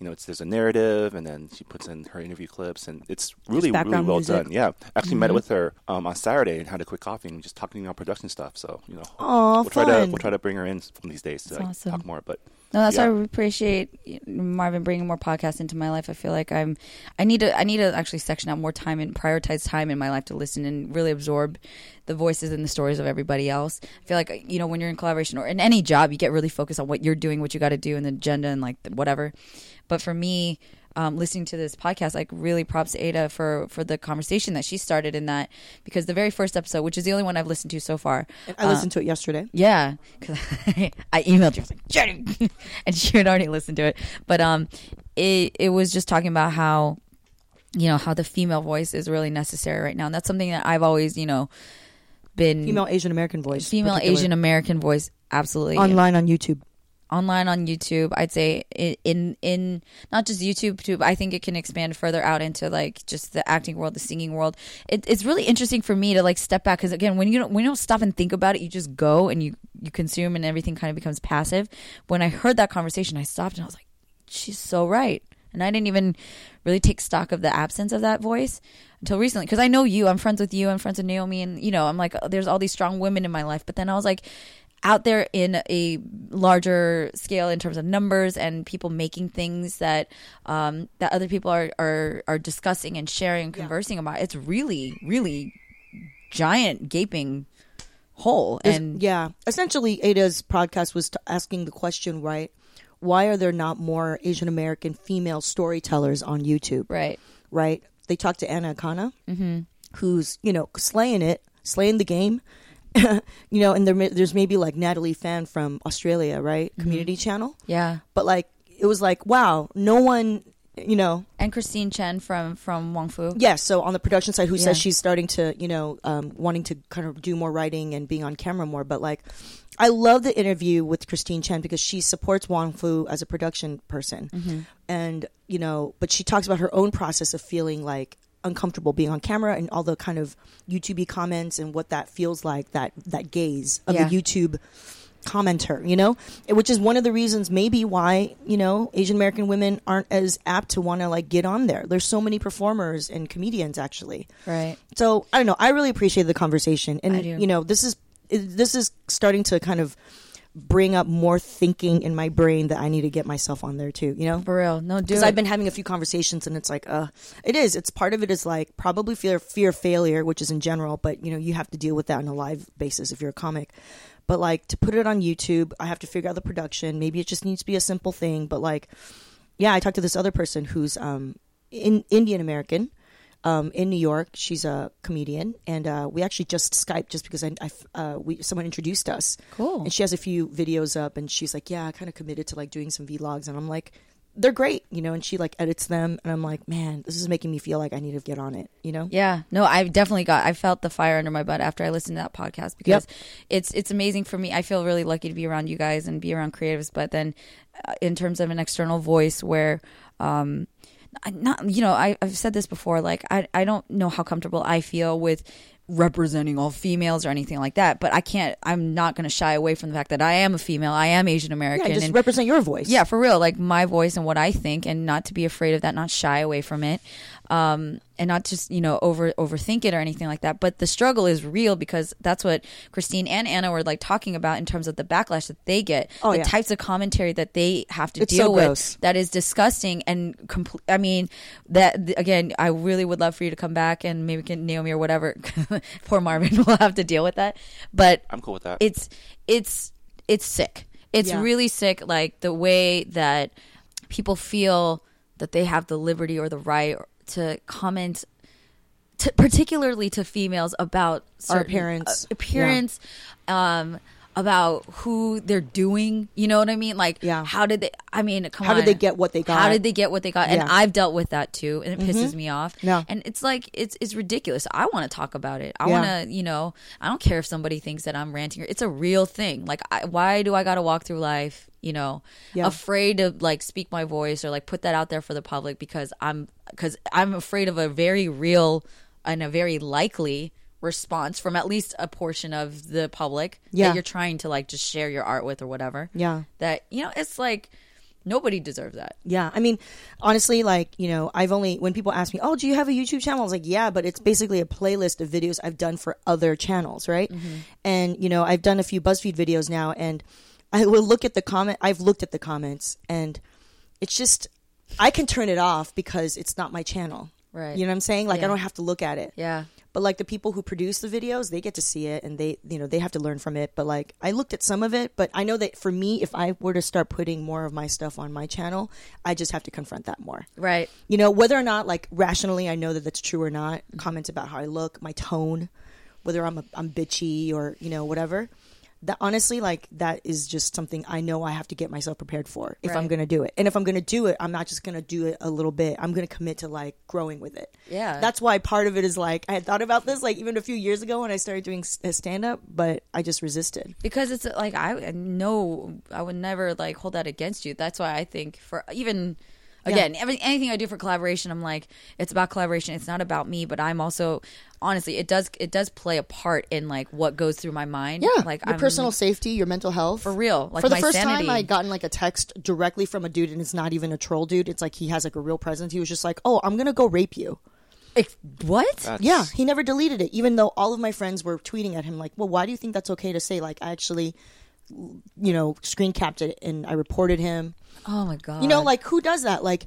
C: You know, it's there's a narrative, and then she puts in her interview clips, and it's really, really
E: background
C: well
E: music. Mm-hmm.
C: done. Yeah, actually met with her um, on Saturday and had a quick coffee and just talking about production stuff. So you know,
E: Aw,
C: we'll try to
E: fun.
C: we'll try to bring her in one of these days to
D: That's
C: like,
D: awesome.
C: talk more. But
D: No, that's
C: yeah.
D: why I appreciate Marvin bringing more podcasts into my life. I feel like I'm, I need to, I need to actually section out more time and prioritize time in my life to listen and really absorb the voices and the stories of everybody else. I feel like you know when you're in collaboration or in any job, you get really focused on what you're doing, what you got to do, and the agenda and like the- whatever. But for me, um, listening to this podcast, like really props to Ada for for the conversation that she started in that because the very first episode, which is the only one I've listened to so far,
E: I listened
C: Uh,
E: to it yesterday.
D: yeah, because I emailed you. I was like, Jenny, and she had already listened to it. But um, it it was just talking about how, you know, how the female voice is really necessary right now, and that's something that I've always, you know, been
E: Female Asian American voice.
D: female
E: particular.
D: Asian American voice, absolutely
E: Online on YouTube.
D: online on YouTube. I'd say i- in in not just YouTube, too, but I think it can expand further out into like just the acting world, the singing world. It, it's really interesting for me to like step back because again, when you don't when you don't stop and think about it, you just go and you you consume and everything kind of becomes passive. When I heard that conversation, I stopped and I was like, she's so right. And I didn't even really take stock of the absence of that voice until recently. Because I know you, I'm friends with you, I'm friends with Naomi, and you know, I'm like, oh, there's all these strong women in my life. But then I was like, out there in a larger scale in terms of numbers and people making things that um, that other people are, are are discussing and sharing and conversing about. It's really, really giant gaping hole.
E: Is-
D: and
E: yeah, essentially, Ada's podcast was t- asking the question, right? Why are there not more Asian American female storytellers on YouTube?
D: right. Mm-hmm.
E: right? They talked to Anna Akana, who's you know slaying it, slaying the game. you know, and there, may- there's maybe like Natalie Fan from Australia, right?
D: Mm-hmm.
E: Community Channel,
D: Yeah.
E: but like it was like wow, no one, you know,
D: And Christine Chen from from Wong Fu.
E: yeah. So on the production side, who
D: Yeah.
E: says she's starting to, you know, um, wanting to kind of do more writing and being on camera more, but like. I love the interview with Christine Chen because she supports Wang Fu as a production person. And, you know, but she talks about her own process of feeling like uncomfortable being on camera and all the kind of YouTube comments and what that feels like that that gaze of
D: Yeah.
E: the YouTube commenter, you know? And Which is one of the reasons maybe why, you know, Asian American women aren't as apt to want to like get on there. There's so many performers and comedians actually.
D: Right.
E: So I don't know. I really appreciate the conversation,
D: I
E: and
D: do.
E: you know, this is this is starting to kind of bring up more thinking in my brain that I need to get myself on there too. You know,
D: For real. No, dude.
E: because I've been having a few conversations, and it's like, uh, it is. It's part of it is like probably fear fear of failure, which is in general, but you know, you have to deal with that on a live basis if you're a comic. But like to put it on YouTube, I have to figure out the production. Maybe it just needs to be a simple thing, but like yeah, I talked to this other person who's um, in Indian American um, in New York. She's a comedian, and uh, we actually just Skyped just because I, I f- uh, we someone introduced us.
D: Cool.
E: And she has a few videos up, and she's like, "Yeah, I kind of committed to like doing some vlogs," and I'm like. They're great, you know, and she like edits them, and I'm like, man, this is making me feel like I need to get on it, you know.
D: Yeah, no, I definitely got. I felt the fire under my butt after I listened to that podcast because it's it's amazing for me. I feel really lucky to be around you guys and be around creatives. But then, uh, in terms of an external voice, where um, I- not you know, I, I've said this before. Like I I don't know how comfortable I feel with representing all females or anything like that. But I can't. I'm not going to shy away from the fact that I am a female. I am Asian American.
E: Yeah, just
D: and
E: represent your voice.
D: yeah, for real. Like my voice and what I think, and not to be afraid of that, not shy away from it, um, and not just you know over overthink it or anything like that. But the struggle is real because that's what Christine and Anna were like talking about in terms of the backlash that they get,
E: Oh,
D: the
E: yeah.
D: types of commentary that they have to
E: It's
D: deal
E: so
D: with.
E: gross.
D: That is disgusting and complete. I mean, that th- again, I really would love for you to come back and maybe can Naomi or whatever. Poor Marvin will have to deal with that, but
C: I'm cool with that.
D: it's it's it's sick. It's
E: Yeah.
D: really sick. Like the way that people feel that they have the liberty or the right to comment, to, particularly to females about
E: Our
D: certain,
E: appearance.
D: uh, appearance, um, about who they're doing. You know what I mean? Like,
E: Yeah.
D: how did they? I mean, come
E: How
D: on,
E: did they get what they
D: How
E: got?
D: did they get what they got? And
E: Yeah. Mm-hmm.
D: I've dealt with that too, and it pisses me off.
E: No.
D: and it's like it's it's ridiculous. I want to talk about it. I
E: Yeah.
D: want to you know, I don't care if somebody thinks that I'm ranting. It's a real thing. Like, I, why do I got to walk through life, you know,
E: Yeah.
D: afraid to like speak my voice or like put that out there for the public because I'm because I'm afraid of a very real and a very likely response from at least a portion of the public
E: Yeah.
D: that you're trying to like just share your art with or whatever.
E: Yeah.
D: That you know, it's like nobody deserves that.
E: Yeah, I mean, honestly, like you know, I've only when people ask me, "Oh, do you have a YouTube channel?" I was like, "Yeah," but it's basically a playlist of videos I've done for other channels, right?
D: Mm-hmm.
E: And you know, I've done a few BuzzFeed videos now, and I will look at the comment. I've looked at the comments, and it's just I can turn it off because it's not my channel,
D: Right.
E: You know what I'm saying? Like
D: Yeah.
E: I don't have to look at it.
D: Yeah.
E: But like the people who produce the videos, they get to see it and they, you know, they have to learn from it. But like I looked at some of it, but I know that for me, if I were to start putting more of my stuff on my channel, I just have to confront that more.
D: Right.
E: You know, whether or not like rationally I know that that's true or not,
D: Mm-hmm.
E: comments about how I look, my tone, whether I'm a, I'm bitchy or, you know, whatever. That honestly like that is just something I know I have to get myself prepared for if I'm
D: Right.
E: going to do it. And if I'm going to do it, I'm not just going to do it a little bit. I'm going to commit to like growing with it.
D: Yeah.
E: That's why part of it is like I had thought about this like even a few years ago when I started doing stand up, but I just resisted.
D: because it's like I no, I would never like hold that against you. That's why I think for even again every, anything I do for collaboration, I'm like it's about collaboration. It's not about me, but I'm also honestly it does it does play a part in like what goes through my mind. like
E: your
D: I'm,
E: personal safety, your mental health. For
D: real, like
E: for the
D: my
E: first
D: sanity.
E: time, I had gotten like a text directly from a dude, and it's not even a troll dude. It's like he has like a real presence. He was just like, "Oh, I'm gonna go rape you."
D: Ex- what
E: Yeah, he never deleted it, even though all of my friends were tweeting at him like, "Well, why do you think that's okay to say?" Like, I actually, you know, screen capped it and I reported him.
D: oh my god
E: You know, like who does that? Like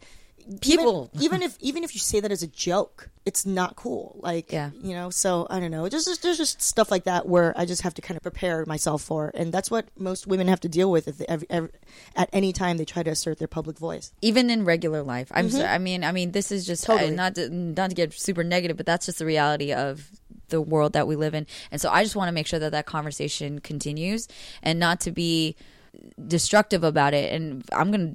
D: People.
E: Even, even if even if you say that as a joke, it's not cool. Like
D: Yeah.
E: you know, so I don't know. There's just there's just stuff like that where I just have to kind of prepare myself for, and that's what most women have to deal with if they, ev ev at any time they try to assert their public voice.
D: even in regular life. I'm so, I mean I mean this is just
E: Totally.
D: I- not to, not to get super negative, but that's just the reality of the world that we live in. And so I just want to make sure that that conversation continues and not to be destructive about it and I'm going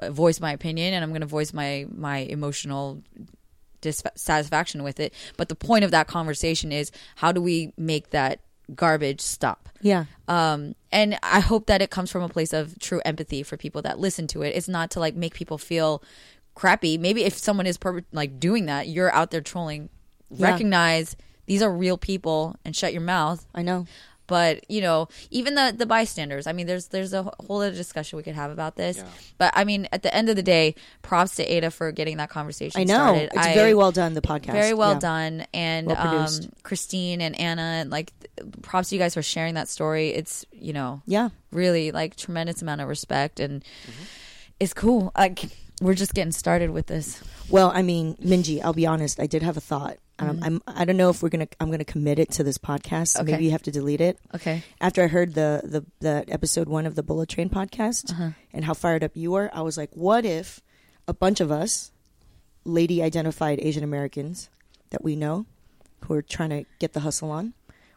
D: to voice my opinion and I'm going to voice my my emotional dissatisfaction with it. But the point of that conversation is how do we make that garbage stop?
E: Yeah.
D: Um, and I hope that it comes from a place of true empathy for people that listen to it. It's not to like make people feel crappy. Maybe if someone is per- like doing that, you're out there trolling. Recognize these are real people and shut your mouth.
E: I know.
D: But you know, even the the bystanders. I mean, there's there's a wh- whole other discussion we could have about this. But I mean, at the end of the day, props to Ada for getting that conversation.
E: I know.
D: started.
E: It's
D: I-
E: very well done. The podcast.
D: very well
E: Yeah.
D: done and
E: Well
D: um,
E: produced.
D: christine and anna and like th- props to you guys for sharing that story it's you know
E: Yeah.
D: really like tremendous amount of respect and it's cool like we're just getting started with this
E: Well, I mean, Minji, I'll be honest. I did have a thought. Um, I'm, I don't know if we're gonna. I'm gonna commit it to this podcast. So
D: Mm-hmm. Okay.
E: Maybe you have to delete it.
D: okay
E: after I heard the the,
D: Uh-huh.
E: the episode one of the Bullet Train podcast and how fired up you were, I was like, what if a bunch of us, lady identified Asian Americans that we know who are trying to get the hustle on.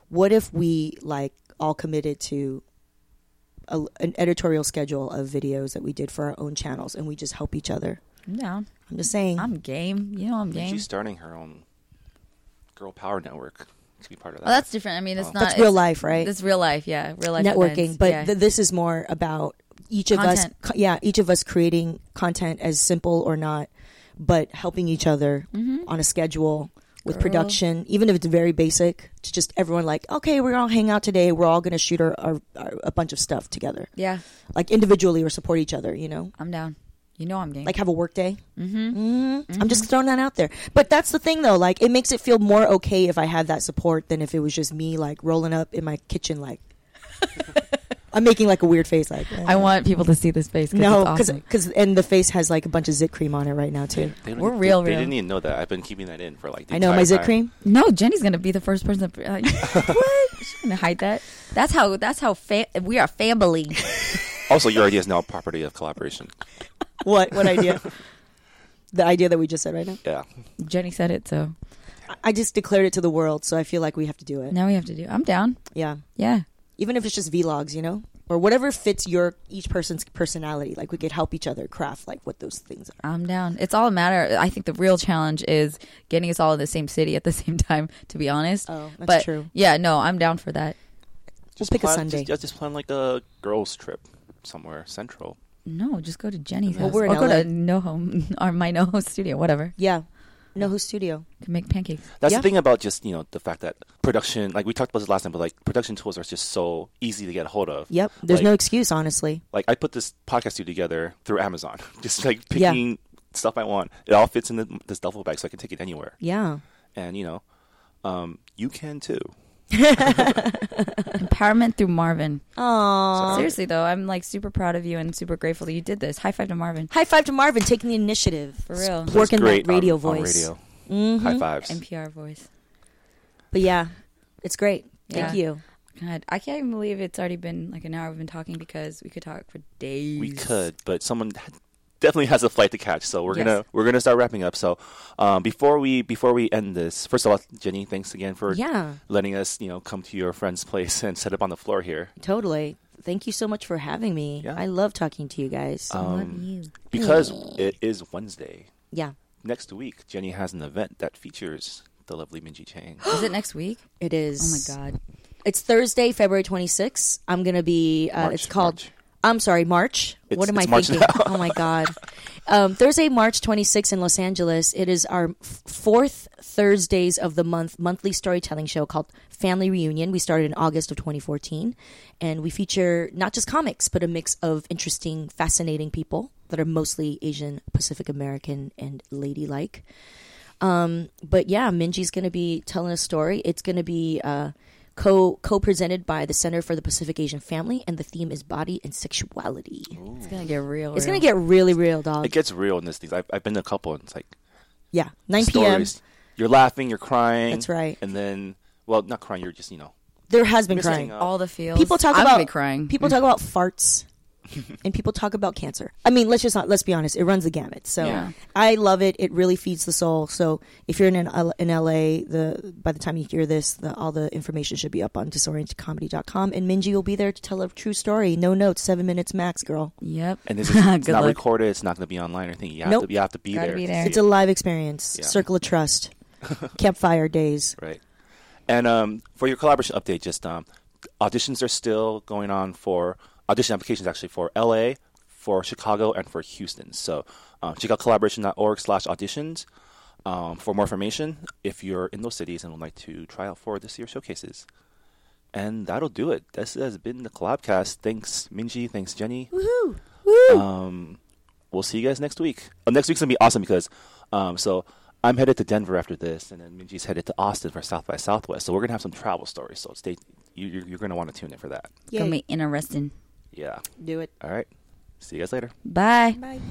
E: What if we like all committed to a, an editorial schedule of videos that we did for our own channels and we just help each other?
D: I'm down.
E: I'm just saying.
D: I'm game. You know I'm game.
C: She's starting her own girl power network to be part of that.
D: Well, that's different. I mean, it's
C: Oh.
D: not
E: That's
D: it's-
E: real life, right?
D: It's real life. Yeah, real life
E: networking,
D: events,
E: but
D: yeah.
E: th- this is more about each of
D: Content.
E: us. co- Yeah, each of us creating content as simple or not, but helping each other on a schedule with
D: Mm-hmm. Girl.
E: production, even if it's very basic. To just everyone like, okay, we're all hang out today. We're all gonna shoot our, our, our a bunch of stuff together,
D: yeah,
E: like individually or support each other. You know,
D: I'm down. You know I'm game.
E: like have a work day. Mm-hmm. I'm
C: Mm-hmm.
E: just throwing that out there. But that's the thing, though. Like, it makes it feel more okay if I had that support than if it was just me, like, rolling up in my kitchen, like, I'm making like a weird face, like, eh.
D: I want people to see this face. Cause
E: no,
D: it's
E: because
D: awesome.
E: and the face has like a bunch of zit cream on it right now too.
C: They don't
D: We're
C: even-
D: real,
C: They,
D: real.
C: they didn't even know that. I've been keeping that in for like. The
E: I know my
C: entire
E: zit
C: time.
E: cream.
D: No, Jenny's gonna be the first person. To, uh, what? She's gonna hide that. That's how. That's how. Fa- we are family.
C: Also, your idea is now property of collaboration.
E: What what idea? the idea that we just said right now.
C: Yeah.
D: Jenny said it, so
E: I- I just declared it to the world, so I feel like we have to do it.
D: now we have to do. I'm down.
E: Yeah,
D: Yeah.
E: even if it's just vlogs, you know, or whatever fits your each person's personality. Like we could help each other craft like what those things are.
D: I'm down. It's all a matter. I think the real challenge is getting us all in the same city at the same time. To be honest,
E: Oh, that's
D: but
E: true.
D: yeah, no, I'm down for that.
E: We'll pick a
C: plan,
E: Sunday.
C: Just, yeah, just plan like a girls' trip somewhere central.
D: No, just go to Jenny's
E: Well,
D: house
E: we're in
D: or go to
E: LA.
D: No Home or my No Home studio, whatever.
E: Yeah. No, who's studio?
D: Can make pancakes.
C: That's
E: Yeah.
C: the thing about just you know the fact that production, like we talked about this last time, but like production tools are just so easy to get a hold of.
E: Yep. There's
C: Like-
E: no excuse, honestly.
C: Like I put this podcast studio together through Amazon, just like
E: Yeah.
C: picking stuff I want. It all fits in the, this duffel bag, so I can take it anywhere.
E: Yeah.
C: And you know, um, you can too.
D: Empowerment through Marvin.
E: Aww.
D: Seriously though, I'm like super proud of you and super grateful that you did this. High five to Marvin.
E: High five to Marvin taking the initiative.
D: For real.
E: It's Working
C: Great
E: that radio
C: on, on
E: voice. Mm-hmm.
C: radio. High fives.
D: NPR voice.
E: But yeah, it's great.
D: Yeah.
E: Thank you.
D: God, I can't even believe it's already been like an hour we've been talking because we could talk for days.
C: We could, but someone definitely has a flight to catch. So we're
D: Yes.
C: gonna we're gonna start wrapping up. So um, before we before we end this, first of all, Jenny, thanks again for
E: Yeah.
C: letting us you know come to your friend's place and set up on the floor here.
E: Totally. Thank you so much for having me.
C: Yeah. Um,
E: I love talking to you guys.
D: Love you.
C: Because it is Wednesday
E: yeah.
C: next week, Jenny has an event that features the lovely Minji Chang.
D: Is it next week?
E: It
D: Oh my
E: is.
D: god.
E: It's Thursday, February 26th. I'm going to be, uh,
C: March,
E: it's called,
C: March.
E: I'm sorry, March.
C: It's-
E: what am
C: it's
E: I
C: March
E: thinking?
C: now.
E: oh my God. Um, Thursday, March 26th in Los Angeles. It is our f- fourth Thursdays of the month monthly storytelling show called Family Reunion. We started in August of 2014. And we feature not just comics, but a mix of interesting, fascinating people that are mostly Asian, Pacific American, and ladylike Um, but yeah, Minji's going to be telling a story. It's going to be uh, co co presented by the Center for the Pacific Asian Family, and the theme is body and sexuality.
D: It's gonna get real.
E: It's
D: real.
E: going to get really real, dog.
C: It gets real in this thing. I've, I've been to a couple, and it's like
E: yeah, nine p.m.
C: stories. You're laughing, you're crying.
E: That's right.
C: And then, well, not crying. You're just you know
E: There has been
C: missing uh,
E: crying.
C: out.
D: all the feels.
E: People talk
D: I'm
E: about
D: gonna be crying.
E: People talk about farts, and people talk about cancer. I mean, let's just not, let's be honest. It runs the gamut. So
D: Yeah.
E: I love it. It really feeds the soul. So if you're in an L- in LA, the by the time you hear this, the, all the information should be up on disorientedcomedy.com, and Minji will be there to tell a true story. No notes, seven minutes max, girl.
D: Yep.
C: And this is it's
D: Good
C: not
D: luck.
C: recorded. It's not going to be online or anything. You have
E: Nope.
C: to you have to be
D: Gotta
C: there.
D: be
C: to
D: there.
C: see
E: It's a live experience.
C: Yeah.
E: Circle of trust, campfire days.
C: Right. And um, for your collaboration update, just um, auditions are still going on for audition applications actually for LA, for Chicago, and for Houston. So um, check out collaboration.org slash auditions um, for more information if you're in those cities and would like to try out for this year's showcases. And that'll do it. This has been the Collabcast. Thanks, Minji. Thanks, Jenny.
E: Woohoo!
C: Um, we'll see you guys next week. Uh, next week's gonna be awesome because, um, so I'm headed to Denver after this, and then Minji's headed to Austin for South by Southwest. So we're gonna have some travel stories. So stay, you, you're, you're gonna want to tune in for that.
D: It's gonna be interesting.
C: Yeah.
E: Do it.
C: All right. See you guys later.
D: Bye.
E: Bye.